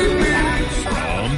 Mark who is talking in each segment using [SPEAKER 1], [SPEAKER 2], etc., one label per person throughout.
[SPEAKER 1] From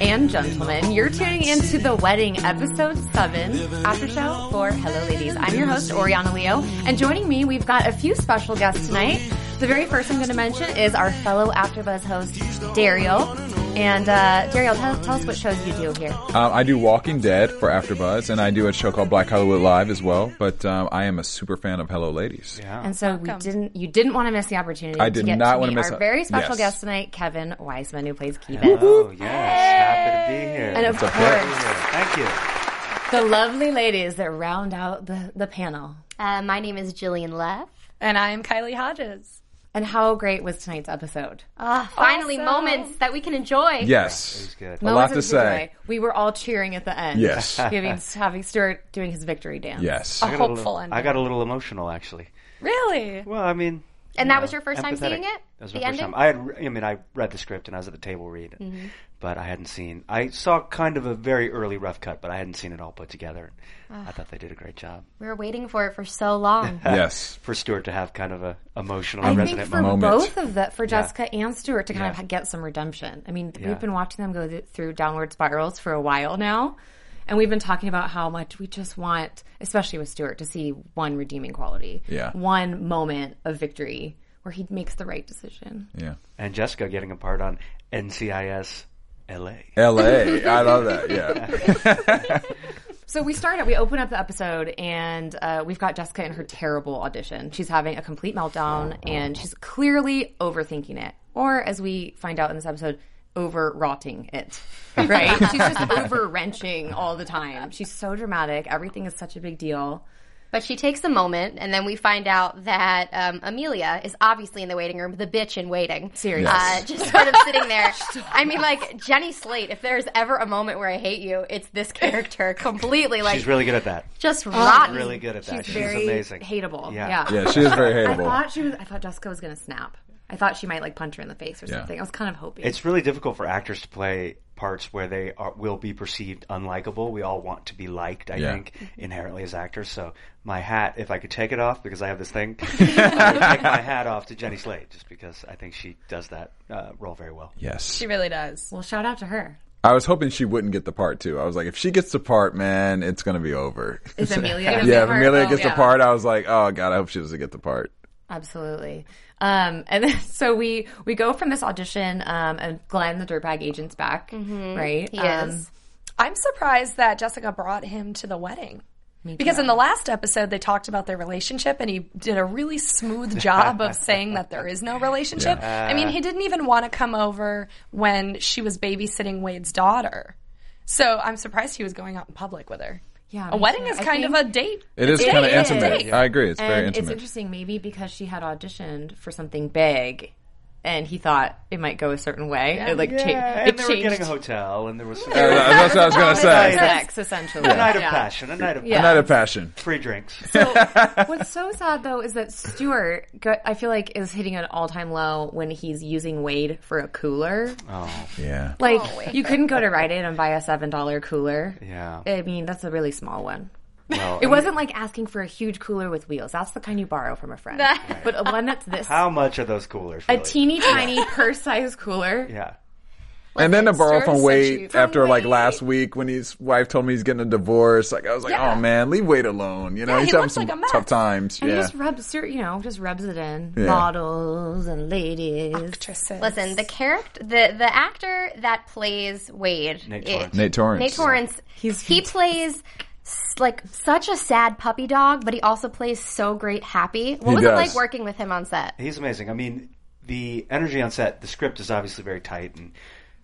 [SPEAKER 2] and gentlemen. You're tuning in to The Wedding, Episode 7, after show for Hello Ladies. I'm your host, Oriana Leo, and joining me, we've got a few special guests tonight. The very first I'm going to mention is our fellow AfterBuzz host, Daryl. And uh, Daryl, tell, tell us what shows you do here.
[SPEAKER 3] Uh, I do Walking Dead for AfterBuzz, and I do a show called Black Hollywood Live as well. But um, I am a super fan of Hello Ladies.
[SPEAKER 2] And so we didn't, you didn't want to miss the opportunity.
[SPEAKER 3] I did
[SPEAKER 2] to get
[SPEAKER 3] not
[SPEAKER 2] to
[SPEAKER 3] wanna
[SPEAKER 2] meet
[SPEAKER 3] miss
[SPEAKER 2] our
[SPEAKER 3] out-
[SPEAKER 2] very special
[SPEAKER 3] Yes.
[SPEAKER 2] guest tonight, Kevin Wiseman, who plays Kevin.
[SPEAKER 4] Oh, yes. Happy to be here.
[SPEAKER 2] And of
[SPEAKER 3] What's up, Kev?
[SPEAKER 2] course,
[SPEAKER 4] Thank you.
[SPEAKER 2] the lovely ladies that round out the, the panel.
[SPEAKER 5] Uh, my name is Jillian Leff.
[SPEAKER 6] And I'm Kylie Hodges.
[SPEAKER 2] And how great was tonight's episode?
[SPEAKER 5] Ah, finally,
[SPEAKER 6] Awesome.
[SPEAKER 5] moments that we can enjoy.
[SPEAKER 3] Yes.
[SPEAKER 4] good.
[SPEAKER 3] A lot
[SPEAKER 2] Moments
[SPEAKER 3] to
[SPEAKER 2] of joy.
[SPEAKER 3] say.
[SPEAKER 2] We were all cheering at the end.
[SPEAKER 3] Yes.
[SPEAKER 2] Giving, having Stuart doing his victory dance.
[SPEAKER 3] Yes.
[SPEAKER 6] A
[SPEAKER 4] I got a
[SPEAKER 6] hopeful
[SPEAKER 4] little-
[SPEAKER 6] ending.
[SPEAKER 4] I got a little emotional, actually.
[SPEAKER 6] Really?
[SPEAKER 4] Well, I mean.
[SPEAKER 5] And
[SPEAKER 4] you
[SPEAKER 5] that was your first time
[SPEAKER 4] empathetic.
[SPEAKER 5] seeing it?
[SPEAKER 4] That was my
[SPEAKER 5] The
[SPEAKER 4] first
[SPEAKER 5] ending?
[SPEAKER 4] time. I had, re- I mean, I read the script and I was at the table reading, it, but I hadn't seen. I saw kind of a very early rough cut, but I hadn't seen it all put together. I thought they did a great job
[SPEAKER 5] We were waiting for it for so long.
[SPEAKER 3] Yes.
[SPEAKER 4] for Stuart to have kind of a emotional
[SPEAKER 2] I think
[SPEAKER 4] resonant
[SPEAKER 2] for
[SPEAKER 4] moment.
[SPEAKER 2] both
[SPEAKER 3] moment.
[SPEAKER 2] of the for Jessica and Stuart to kind
[SPEAKER 4] Yeah.
[SPEAKER 2] of get some redemption. I mean,
[SPEAKER 4] Yeah.
[SPEAKER 2] we've been watching them go th- through downward spirals for a while now, and we've been talking about how much we just want, especially with Stuart, to see one redeeming quality,
[SPEAKER 3] Yeah.
[SPEAKER 2] one moment of victory where he makes the right decision.
[SPEAKER 3] Yeah.
[SPEAKER 4] And Jessica getting a part on NCIS LA.
[SPEAKER 3] L.A. I love that. Yeah.
[SPEAKER 2] So we start it. We open up the episode, and uh, we've got Jessica in her terrible audition. She's having a complete meltdown, and she's clearly overthinking it, or as we find out in this episode, over rotting it. Right? she's just over wrenching all the time. She's so dramatic. Everything is such a big deal.
[SPEAKER 5] But she takes a moment, and then we find out that um, Amelia is obviously in the waiting room, the bitch in waiting.
[SPEAKER 2] Seriously.
[SPEAKER 5] Uh, just sort of sitting there. I mean, like, Jenny Slate, if there's ever a moment where I hate you, it's this character completely, like,
[SPEAKER 4] She's really good at that.
[SPEAKER 5] just rotten.
[SPEAKER 4] Really good at that. She's,
[SPEAKER 2] Very
[SPEAKER 4] amazing.
[SPEAKER 2] hateable. Yeah.
[SPEAKER 4] Yeah.
[SPEAKER 3] Yeah. She is very
[SPEAKER 2] I
[SPEAKER 3] hateable.
[SPEAKER 2] thought she was. I thought Jessica was going to snap. I thought she might like punch her in the face or
[SPEAKER 3] Yeah.
[SPEAKER 2] something. I was kind of hoping.
[SPEAKER 4] It's really difficult for actors to play parts where they are, will be perceived unlikable. We all want to be liked, I
[SPEAKER 3] Yeah.
[SPEAKER 4] think, inherently as actors. So my hat, if I could take it off, because I have this thing, I would take my hat off to Jenny Slate, just because I think she does that uh, role very well.
[SPEAKER 3] Yes.
[SPEAKER 6] She really does.
[SPEAKER 2] well, shout out to her.
[SPEAKER 3] I was hoping she wouldn't get the part too. I was like, if she gets the part, man, it's gonna be over.
[SPEAKER 2] Is Amelia? gonna
[SPEAKER 3] yeah.
[SPEAKER 2] be
[SPEAKER 3] If
[SPEAKER 2] her?
[SPEAKER 3] Amelia
[SPEAKER 2] Oh,
[SPEAKER 3] gets the
[SPEAKER 2] yeah.
[SPEAKER 3] part, I was like, oh god, I hope she doesn't get the part.
[SPEAKER 2] Absolutely. Um, and then, so we we go from this audition, um, and Glenn, the dirtbag agent's back, right?
[SPEAKER 5] He
[SPEAKER 2] um,
[SPEAKER 5] is.
[SPEAKER 6] I'm surprised that Jessica brought him to the wedding. Because in the last episode, they talked about their relationship, and he did a really smooth job of saying that there is no relationship. I mean, he didn't even want to come over when she was babysitting Wade's daughter. So I'm surprised he was going out in public with her.
[SPEAKER 2] Yeah,
[SPEAKER 6] A
[SPEAKER 2] me
[SPEAKER 6] wedding
[SPEAKER 2] too.
[SPEAKER 6] is
[SPEAKER 2] I
[SPEAKER 6] kind of
[SPEAKER 2] think-
[SPEAKER 6] a date.
[SPEAKER 3] It is kind of
[SPEAKER 2] is.
[SPEAKER 3] intimate. I agree. It's very
[SPEAKER 2] and it's
[SPEAKER 3] intimate.
[SPEAKER 2] interesting, maybe because she had auditioned for something big, and he thought it might go a certain way. it like cha-
[SPEAKER 4] Yeah,
[SPEAKER 2] it
[SPEAKER 4] and they were
[SPEAKER 2] changed
[SPEAKER 4] getting a hotel, and there was some,
[SPEAKER 3] Uh, that's what I was gonna say.
[SPEAKER 2] sex essentially.
[SPEAKER 4] a night of
[SPEAKER 2] Yeah.
[SPEAKER 4] passion, a night of
[SPEAKER 2] Yeah.
[SPEAKER 3] Night of passion.
[SPEAKER 4] free drinks.
[SPEAKER 2] What's so sad though is that Stuart, go- I feel like, is hitting an all time low when he's using Wade for a cooler.
[SPEAKER 4] Oh,
[SPEAKER 3] Yeah.
[SPEAKER 2] Like you couldn't go to Rite Aid and buy a seven dollar cooler.
[SPEAKER 4] Yeah.
[SPEAKER 2] I mean that's a really small one.
[SPEAKER 4] Well,
[SPEAKER 2] It wasn't like asking for a huge cooler with wheels. That's the kind you borrow from a friend. but a one that's this
[SPEAKER 4] how much are those coolers?
[SPEAKER 2] a
[SPEAKER 4] Really?
[SPEAKER 2] teeny tiny purse size cooler.
[SPEAKER 4] Yeah.
[SPEAKER 3] And then to borrow
[SPEAKER 6] Sarah's
[SPEAKER 3] from
[SPEAKER 6] so
[SPEAKER 3] Wade
[SPEAKER 6] cheap.
[SPEAKER 3] after
[SPEAKER 6] From
[SPEAKER 3] like
[SPEAKER 6] Wade.
[SPEAKER 3] last week when his wife told me he's getting a divorce, like I was like,
[SPEAKER 6] Yeah.
[SPEAKER 3] oh man, leave Wade alone. You know,
[SPEAKER 6] Yeah,
[SPEAKER 3] he's
[SPEAKER 6] he
[SPEAKER 3] having
[SPEAKER 6] looks
[SPEAKER 3] some
[SPEAKER 6] like a mess.
[SPEAKER 3] tough times.
[SPEAKER 2] And
[SPEAKER 3] yeah,
[SPEAKER 2] he just rubs, Stuart, you know, just rubs it in.
[SPEAKER 3] Yeah.
[SPEAKER 2] Models and ladies.
[SPEAKER 5] Listen, the character, the the actor that plays Wade,
[SPEAKER 4] Nate
[SPEAKER 5] it-
[SPEAKER 4] Torrance.
[SPEAKER 3] Nate Torrance.
[SPEAKER 5] Nate Torrance. he plays s- like such a sad puppy dog, but he also plays so great happy. What
[SPEAKER 3] He
[SPEAKER 5] was it
[SPEAKER 3] does.
[SPEAKER 5] like working with him on set?
[SPEAKER 4] He's amazing. I mean, the energy on set, the script is obviously very tight, and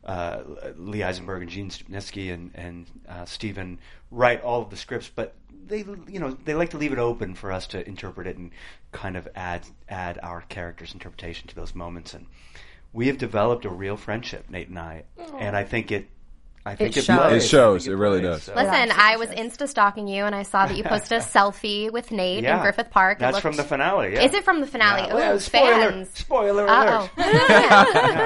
[SPEAKER 4] uh, Lee Eisenberg and Gene Stupnitsky and and uh, Steven write all of the scripts, but they you know they like to leave it open for us to interpret it and kind of add add our character's interpretation to those moments. And we have developed a real friendship, Nate and I, and I think it. I think it,
[SPEAKER 2] shows.
[SPEAKER 4] plays.
[SPEAKER 3] It shows.
[SPEAKER 4] I think
[SPEAKER 3] It really
[SPEAKER 4] plays.
[SPEAKER 3] does.
[SPEAKER 4] So-
[SPEAKER 5] Listen, I was insta stalking you, and I saw that you posted a selfie with Nate in
[SPEAKER 4] Yeah.
[SPEAKER 5] Griffith Park. It
[SPEAKER 4] That's
[SPEAKER 5] looked-
[SPEAKER 4] from the finale. Yeah.
[SPEAKER 5] Is it from the finale?
[SPEAKER 4] Yeah.
[SPEAKER 5] Ooh,
[SPEAKER 4] Well, spoiler!
[SPEAKER 5] fans.
[SPEAKER 4] Spoiler
[SPEAKER 5] Uh-oh.
[SPEAKER 4] alert!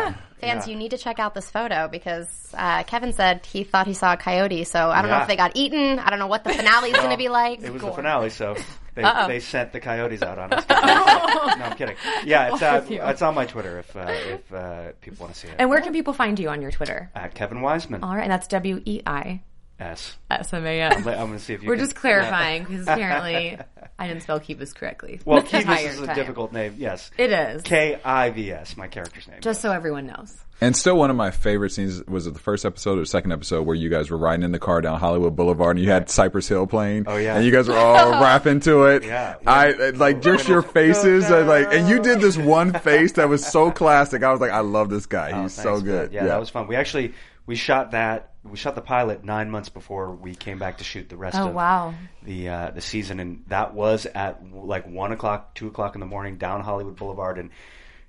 [SPEAKER 4] Yeah.
[SPEAKER 5] Fans,
[SPEAKER 4] Yeah.
[SPEAKER 5] you need to check out this photo because uh, Kevin said he thought he saw a coyote. So I don't know
[SPEAKER 4] Yeah.
[SPEAKER 5] if they got eaten. I don't know what the finale is going to be like.
[SPEAKER 4] It was
[SPEAKER 5] Gore.
[SPEAKER 4] the finale, so they, they sent the coyotes out on us. no, I'm kidding. Yeah, it's, uh, it's on my Twitter if uh, if uh, people want to see it.
[SPEAKER 2] And where can people find you on your Twitter?
[SPEAKER 4] uh, Kevin Wiseman.
[SPEAKER 2] All right, and that's W E I
[SPEAKER 4] S.
[SPEAKER 2] S M A N.
[SPEAKER 4] I'm going to see if you.
[SPEAKER 2] We're
[SPEAKER 4] can-
[SPEAKER 2] just clarifying because apparently I didn't spell Kivas correctly.
[SPEAKER 4] Well,
[SPEAKER 2] the entire
[SPEAKER 4] Kivas is a
[SPEAKER 2] time.
[SPEAKER 4] difficult name. Yes,
[SPEAKER 2] It is.
[SPEAKER 4] K I V S, my character's name.
[SPEAKER 2] Just so everyone knows.
[SPEAKER 3] And still, one of my favorite scenes was it the first episode or second episode where you guys were riding in the car down Hollywood Boulevard and you had Cypress Hill playing. Oh
[SPEAKER 4] yeah.
[SPEAKER 3] and you guys were all rapping to it.
[SPEAKER 4] Yeah.
[SPEAKER 3] I like just your faces. I, like, and you did this one face that was so classic. I was like, I love this guy. He's
[SPEAKER 4] Oh, Thanks,
[SPEAKER 3] so good.
[SPEAKER 4] man. Yeah, that was fun. We actually we shot that we shot the pilot nine months before we came back to shoot the rest
[SPEAKER 2] Oh,
[SPEAKER 4] of
[SPEAKER 2] wow.
[SPEAKER 4] the uh, the season, and that was at like one o'clock, two o'clock in the morning down Hollywood Boulevard, and.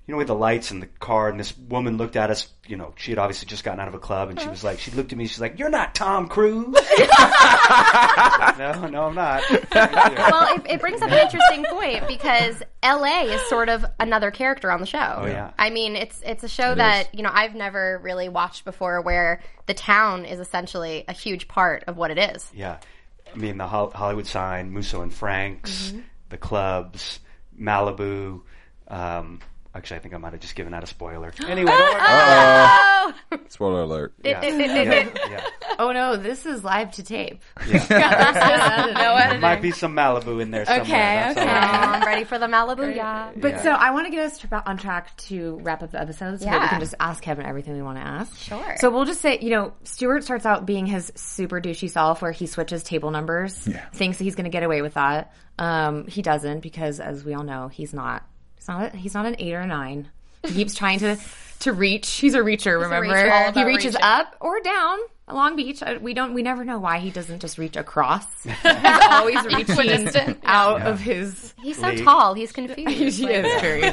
[SPEAKER 4] You know, with the lights and the car, and this woman looked at us. You know, she had obviously just gotten out of a club, and she was like, she looked at me, she's like, "You're not Tom Cruise." no, no, I'm not.
[SPEAKER 5] well, it, it brings up an interesting point because LA is sort of another character on the show. Oh,
[SPEAKER 4] yeah.
[SPEAKER 5] I mean, it's it's a show that you know I've never really watched before, where the town is essentially a huge part of what it is.
[SPEAKER 4] Yeah, I mean the Hol- Hollywood sign, Musso and Franks,
[SPEAKER 2] Mm-hmm.
[SPEAKER 4] the clubs, Malibu. Um, actually, I think I might have just given out a spoiler. Anyway, don't worry.
[SPEAKER 3] Spoiler alert.
[SPEAKER 4] yeah.
[SPEAKER 5] Yeah.
[SPEAKER 4] yeah.
[SPEAKER 2] Oh no, this is live to tape.
[SPEAKER 6] No
[SPEAKER 4] There might be some Malibu in there somewhere. that's all right.
[SPEAKER 5] Um, I'm ready for the Malibu. Yeah.
[SPEAKER 2] But so I want to get us tra- on track to wrap up the episode so that we
[SPEAKER 5] Yeah.
[SPEAKER 2] can just ask Kevin everything we want to ask.
[SPEAKER 5] Sure.
[SPEAKER 2] So we'll just say, you know, Stuart starts out being his super douchey self where he switches table numbers,
[SPEAKER 3] Yeah.
[SPEAKER 2] thinks that he's going to get away with that. Um, he doesn't because, as we all know, he's not. He's not. A, he's not an eight or a nine. He keeps trying to to reach. He's a reacher. remember,
[SPEAKER 5] reacher. All
[SPEAKER 2] he
[SPEAKER 5] about
[SPEAKER 2] reaches
[SPEAKER 5] reaching.
[SPEAKER 2] up or down. Long Beach. I- We don't. We never know why he doesn't just reach across. he's always reaching out of his
[SPEAKER 5] He's so tall. He's confused.
[SPEAKER 2] she is very.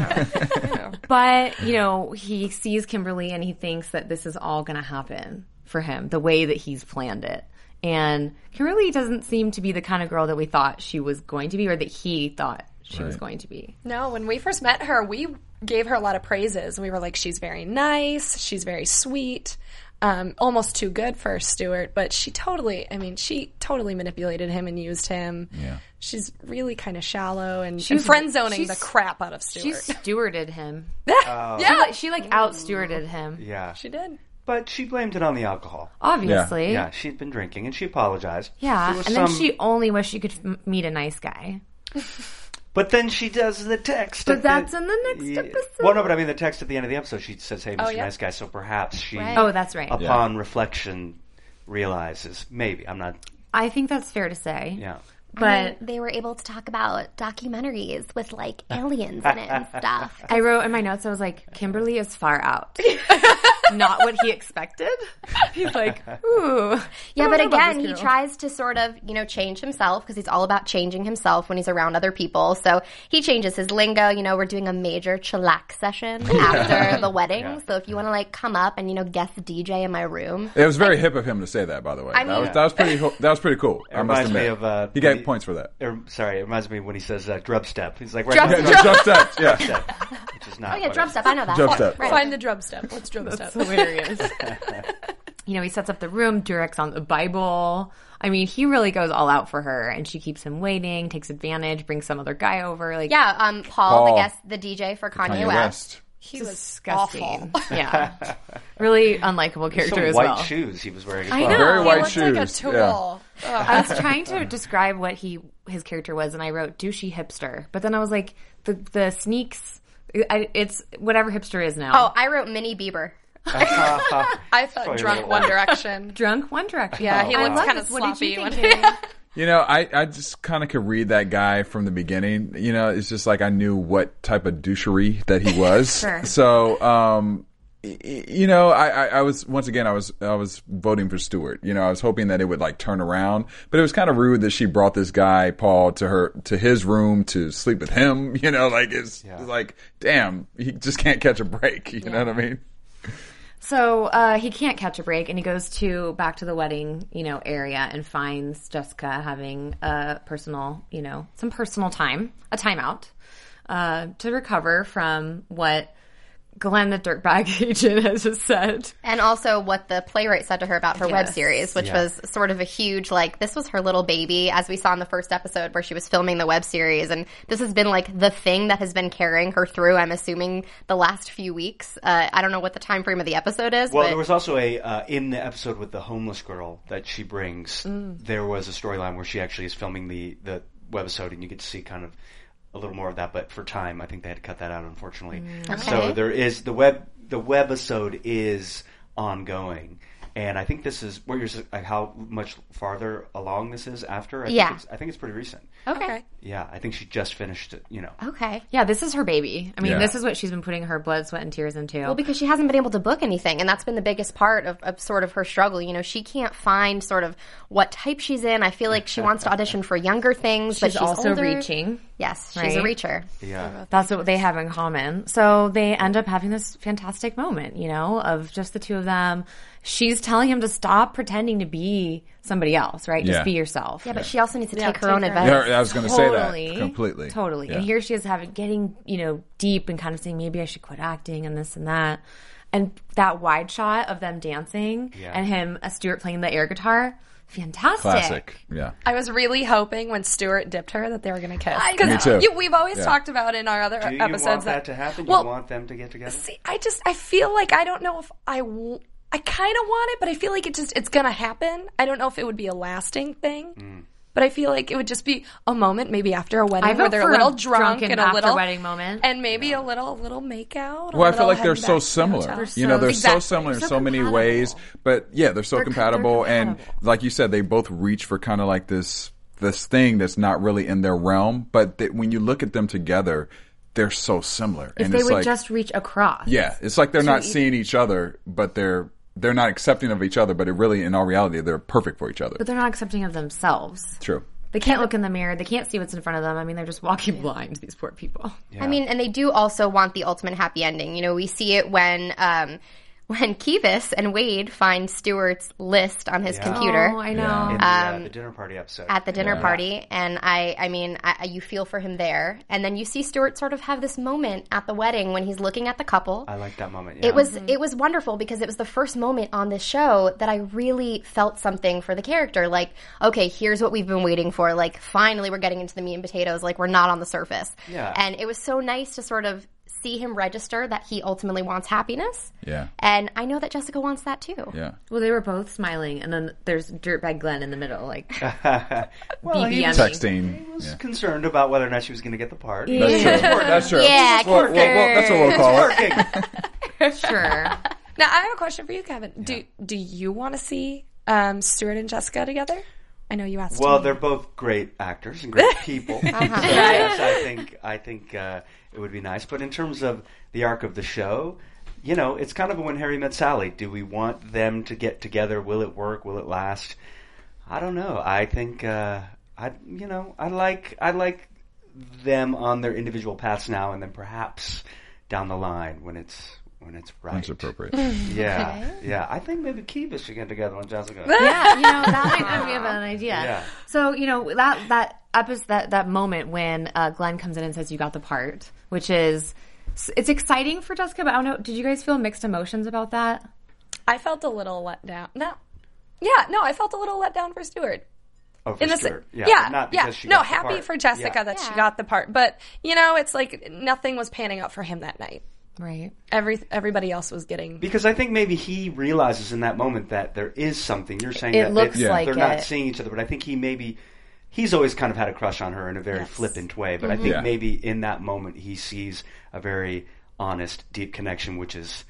[SPEAKER 2] But you know, he sees Kimberly and he thinks that this is all going to happen for him the way that he's planned it. And Kimberly doesn't seem to be the kind of girl that we thought she was going to be, or that he thought she was
[SPEAKER 3] Right.
[SPEAKER 2] going to be.
[SPEAKER 6] No, when we first met her, we gave her a lot of praises. We were like, she's very nice, she's very sweet, um, almost too good for Stuart, but she totally, I mean, she totally manipulated him and used him. Yeah. She's really kind of shallow and, and friend zoning the
[SPEAKER 2] she's-
[SPEAKER 6] crap out of Stuart.
[SPEAKER 2] She stewarded him.
[SPEAKER 6] yeah,
[SPEAKER 2] She like out stewarded him.
[SPEAKER 4] Oh. Yeah,
[SPEAKER 6] she did.
[SPEAKER 4] but she blamed it on the alcohol.
[SPEAKER 2] Obviously.
[SPEAKER 4] Yeah, she'd been drinking, and she apologized.
[SPEAKER 2] Yeah,
[SPEAKER 4] There was
[SPEAKER 2] and then
[SPEAKER 4] some-
[SPEAKER 2] she only wished she could m- meet a nice guy.
[SPEAKER 4] But then she does the text.
[SPEAKER 2] But
[SPEAKER 4] at
[SPEAKER 2] that's in the next episode.
[SPEAKER 4] Well, no, but I mean the text at the end of the episode. She says, "Hey, Mr.
[SPEAKER 6] yeah.
[SPEAKER 4] Nice Guy." So perhaps she,
[SPEAKER 5] Right.
[SPEAKER 2] Oh, that's right.
[SPEAKER 4] upon reflection, realizes maybe I'm not.
[SPEAKER 2] I think that's fair to say.
[SPEAKER 4] Yeah.
[SPEAKER 2] But
[SPEAKER 5] they were able to talk about documentaries with like aliens in it and stuff.
[SPEAKER 2] I wrote in my notes, I was like, Kimberly is far out. Not what he expected. He's like, ooh.
[SPEAKER 5] Yeah, but
[SPEAKER 2] know about
[SPEAKER 5] again,
[SPEAKER 2] this
[SPEAKER 5] he
[SPEAKER 2] girl.
[SPEAKER 5] tries to sort of, you know, change himself because he's all about changing himself when he's around other people. So he changes his lingo. You know, we're doing a major chillax session after the wedding. So if you want to like come up and, you know, guest DJ in my room,
[SPEAKER 3] It was very hip of him to say that, by the way.
[SPEAKER 5] I
[SPEAKER 3] that,
[SPEAKER 5] mean-
[SPEAKER 3] was, that was pretty. ho- That was pretty cool. I must
[SPEAKER 4] reminds me
[SPEAKER 3] admit.
[SPEAKER 4] of, uh,
[SPEAKER 3] he got
[SPEAKER 4] the-
[SPEAKER 3] points for that.
[SPEAKER 4] It rem- sorry, it reminds me when he says uh, "drub step." He's like, right
[SPEAKER 3] Yeah,
[SPEAKER 4] now,
[SPEAKER 3] jump steps. Yeah,
[SPEAKER 4] step, which is not.
[SPEAKER 5] oh yeah,
[SPEAKER 4] what
[SPEAKER 5] drum
[SPEAKER 4] it-
[SPEAKER 5] stuff. I know that.
[SPEAKER 3] Drum stuff.
[SPEAKER 5] Right.
[SPEAKER 6] Find the drum step. What's drum step?
[SPEAKER 2] hilarious. you know, he sets up the room, Durek's on the Bible. I mean, he really goes all out for her, and she keeps him waiting, takes advantage, brings some other guy over. Like,
[SPEAKER 5] Yeah, um, Paul,
[SPEAKER 3] Paul.
[SPEAKER 5] the guest, the DJ for Kanye,
[SPEAKER 3] Kanye West.
[SPEAKER 5] West.
[SPEAKER 6] He was
[SPEAKER 2] disgusting.
[SPEAKER 6] awful.
[SPEAKER 2] Yeah. really unlikable character
[SPEAKER 4] Some
[SPEAKER 2] as
[SPEAKER 4] white
[SPEAKER 2] well.
[SPEAKER 4] shoes he was wearing. As
[SPEAKER 2] I
[SPEAKER 4] well.
[SPEAKER 2] know.
[SPEAKER 3] Very
[SPEAKER 2] He
[SPEAKER 3] white
[SPEAKER 6] Looked
[SPEAKER 3] shoes.
[SPEAKER 6] like a tool.
[SPEAKER 3] Yeah.
[SPEAKER 6] Ugh.
[SPEAKER 2] I was trying to describe what he his character was, and I wrote douchey hipster. But then I was like, the the sneaks. I, it's whatever hipster is now.
[SPEAKER 5] Oh, I wrote Minnie Bieber.
[SPEAKER 6] I thought
[SPEAKER 4] a
[SPEAKER 6] drunk
[SPEAKER 4] little
[SPEAKER 6] One
[SPEAKER 4] white.
[SPEAKER 6] Direction.
[SPEAKER 2] drunk One Direction.
[SPEAKER 6] Yeah, he
[SPEAKER 2] I
[SPEAKER 6] looked
[SPEAKER 2] love
[SPEAKER 6] kinda
[SPEAKER 2] this. What did you
[SPEAKER 6] sloppy
[SPEAKER 2] think,
[SPEAKER 6] when-
[SPEAKER 2] Katie?
[SPEAKER 3] You know, I, I just kind of could read that guy from the beginning. You know, it's just like I knew what type of douchery that he was.
[SPEAKER 2] Sure.
[SPEAKER 3] So, um, y- y- you know, I, I, I was once again, I was I was voting for Stewart. You know, I was hoping that it would like turn around, but it was kind of rude that she brought this guy Paul to her to his room to sleep with him. You know, like it's like, damn, he just can't catch a break. You know what I mean?
[SPEAKER 2] So uh, he can't catch a break, and he goes to back to the wedding, you know, area and finds Jessica having a personal, you know, some personal time, a timeout, uh, to recover from what Glenn the dirtbag agent has just said.
[SPEAKER 5] And also what the playwright said to her about her web series, which was sort of a huge, like, this was her little baby, as we saw in the first episode where she was filming the web series. And this has been, like, the thing that has been carrying her through, I'm assuming, the last few weeks. Uh, I don't know what the time frame of the episode is,
[SPEAKER 4] Well,
[SPEAKER 5] but
[SPEAKER 4] there was also a uh, in the episode with the homeless girl that she brings. There was a storyline where she actually is filming the the webisode, and you get to see kind of a little more of that. But for time, I think they had to cut that out, unfortunately. So
[SPEAKER 5] Okay.
[SPEAKER 4] there is the web the webisode is ongoing, and I think this is where you're s- like how much farther along this is after. I
[SPEAKER 5] Yeah.
[SPEAKER 4] think it's, I think it's pretty recent.
[SPEAKER 6] Okay.
[SPEAKER 4] Yeah, I think she just finished it. You know,
[SPEAKER 5] okay.
[SPEAKER 2] Yeah, this is her baby. I mean,
[SPEAKER 3] Yeah.
[SPEAKER 2] this is what she's been putting her blood, sweat, and tears into.
[SPEAKER 5] Well, because she hasn't been able to book anything, and that's been the biggest part of, of sort of her struggle. You know, she can't find sort of what type she's in. I feel like she wants to audition for younger things, but
[SPEAKER 2] she's
[SPEAKER 5] she's
[SPEAKER 2] also
[SPEAKER 5] older.
[SPEAKER 2] reaching.
[SPEAKER 5] Yes, she's a
[SPEAKER 2] Right?
[SPEAKER 5] reacher.
[SPEAKER 4] yeah,
[SPEAKER 2] That's what they have in common. So they end up having this fantastic moment, you know, of just the two of them. She's telling him to stop pretending to be somebody else, right?
[SPEAKER 3] Yeah.
[SPEAKER 2] Just be yourself.
[SPEAKER 5] Yeah, but she also needs to take her
[SPEAKER 6] take
[SPEAKER 5] own
[SPEAKER 6] her
[SPEAKER 5] advice.
[SPEAKER 3] Yeah, I was going to say that completely.
[SPEAKER 2] Totally.
[SPEAKER 3] Yeah.
[SPEAKER 2] And here she is having getting, you know, deep and kind of saying, Maybe I should quit acting and this and that. And that wide shot of them dancing and him uh, Stuart playing the air guitar, fantastic.
[SPEAKER 3] classic. Yeah.
[SPEAKER 6] I was really hoping when Stuart dipped her that they were going to kiss.
[SPEAKER 3] Me too.
[SPEAKER 6] you- we've always
[SPEAKER 3] Yeah.
[SPEAKER 6] talked about in our other
[SPEAKER 4] do you want
[SPEAKER 6] episodes
[SPEAKER 4] that to happen? Do
[SPEAKER 6] Well,
[SPEAKER 4] you want them to get together?
[SPEAKER 6] see, I just I feel like I don't know if I w- I kind of want it, but I feel like it just it's going to happen. I don't know if it would be a lasting thing.
[SPEAKER 4] Mm.
[SPEAKER 6] But I feel like it would just be a moment, maybe after a wedding,
[SPEAKER 2] I
[SPEAKER 6] where
[SPEAKER 2] vote
[SPEAKER 6] they're
[SPEAKER 2] for
[SPEAKER 6] a little
[SPEAKER 2] a
[SPEAKER 6] drunk,
[SPEAKER 2] drunken
[SPEAKER 6] and a
[SPEAKER 2] after
[SPEAKER 6] little
[SPEAKER 2] wedding moment.
[SPEAKER 6] and maybe a little, a little make out. a
[SPEAKER 3] Well, I
[SPEAKER 6] little
[SPEAKER 3] feel like they're
[SPEAKER 6] heading
[SPEAKER 3] so
[SPEAKER 6] back to the
[SPEAKER 3] similar.
[SPEAKER 6] hotel.
[SPEAKER 3] You know, they're so
[SPEAKER 6] Exactly.
[SPEAKER 3] similar in
[SPEAKER 2] So
[SPEAKER 3] so many
[SPEAKER 2] compatible.
[SPEAKER 3] ways. But yeah, they're so
[SPEAKER 2] They're co- they're
[SPEAKER 3] compatible, and
[SPEAKER 2] compatible.
[SPEAKER 3] like you said, they both reach for kind of like this this thing that's not really in their realm. But that when you look at them together, they're so similar,
[SPEAKER 2] If
[SPEAKER 3] and
[SPEAKER 2] they
[SPEAKER 3] it's
[SPEAKER 2] would
[SPEAKER 3] like
[SPEAKER 2] just reach across.
[SPEAKER 3] yeah, it's like they're not seeing each other, but they're they're not accepting of each other. But it really, in all reality, they're perfect for each other.
[SPEAKER 2] But they're not accepting of themselves.
[SPEAKER 3] True.
[SPEAKER 2] They can't look in the mirror. They can't see what's in front of them. I mean, they're just walking blind, these poor people.
[SPEAKER 5] I mean, and they do also want the ultimate happy ending. You know, we see it when um, when Kivas and Wade find Stewart's list on his computer
[SPEAKER 2] Oh, I know.
[SPEAKER 4] In the, uh, the dinner party episode.
[SPEAKER 5] um, at the dinner party, and I, I mean, I, I- you feel for him there, and then you see Stewart sort of have this moment at the wedding when he's looking at the couple.
[SPEAKER 4] I like that moment. Yeah.
[SPEAKER 5] It was it was wonderful because it was the first moment on this show that I really felt something for the character. Like, okay, here's what we've been waiting for. Like, finally, we're getting into the meat and potatoes. Like, we're not on the surface.
[SPEAKER 4] Yeah.
[SPEAKER 5] And it was so nice to sort of see him register that he ultimately wants happiness.
[SPEAKER 3] Yeah.
[SPEAKER 5] And I know that Jessica wants that too.
[SPEAKER 3] Yeah.
[SPEAKER 2] Well, they were both smiling, and then there's Dirtbag Glenn in the middle, like
[SPEAKER 4] Well, he
[SPEAKER 2] BBM.
[SPEAKER 4] was
[SPEAKER 3] Texting. Yeah.
[SPEAKER 4] concerned about whether or not she was going to get the part.
[SPEAKER 3] That's true. That's true.
[SPEAKER 5] Yeah,
[SPEAKER 3] That's what- well, well, that's what we'll call it.
[SPEAKER 2] sure.
[SPEAKER 6] Now I have a question for you, Kevin. Do do you want to see um, Stuart and Jessica together? I know you asked.
[SPEAKER 4] Well,
[SPEAKER 6] me.
[SPEAKER 4] they're both great actors and great people. So yes, I think I think uh, it would be nice. But in terms of the arc of the show, you know, it's kind of a when Harry met Sally. Do we want them to get together? Will it work? Will it last? I don't know. I think uh, I you know I like I like them on their individual paths now, and then perhaps down the line when it's when it's right.
[SPEAKER 3] That's appropriate.
[SPEAKER 4] Yeah, yeah. I think maybe Kivas should get together on Jessica.
[SPEAKER 2] Yeah, you know that might not be a bad idea.
[SPEAKER 4] Yeah.
[SPEAKER 2] So you know that that episode, that that moment when uh, Glenn comes in and says you got the part, which is it's exciting for Jessica. But I don't know. Did you guys feel mixed emotions about that?
[SPEAKER 6] I felt a little let down. No. Yeah, no, I felt a little let down for Stuart.
[SPEAKER 4] Oh, for
[SPEAKER 6] In the s-
[SPEAKER 4] sure. Yeah,
[SPEAKER 6] yeah,
[SPEAKER 4] but not
[SPEAKER 6] yeah.
[SPEAKER 4] because she
[SPEAKER 6] no,
[SPEAKER 4] got the
[SPEAKER 6] happy
[SPEAKER 4] part.
[SPEAKER 6] for Jessica
[SPEAKER 4] Yeah.
[SPEAKER 6] that she got the part, but you know, it's like nothing was panning out for him that night.
[SPEAKER 2] Right.
[SPEAKER 6] Every everybody else was getting.
[SPEAKER 4] Because I think maybe he realizes in that moment that there is something. You're saying
[SPEAKER 2] It
[SPEAKER 4] that
[SPEAKER 2] looks
[SPEAKER 4] they,
[SPEAKER 2] like
[SPEAKER 4] they're not
[SPEAKER 2] it.
[SPEAKER 4] seeing each other, but I think he maybe he's always kind of had a crush on her in a very flippant way. But
[SPEAKER 6] Mm-hmm.
[SPEAKER 4] I think
[SPEAKER 3] Yeah.
[SPEAKER 4] maybe in that moment he sees a very honest, deep connection, which is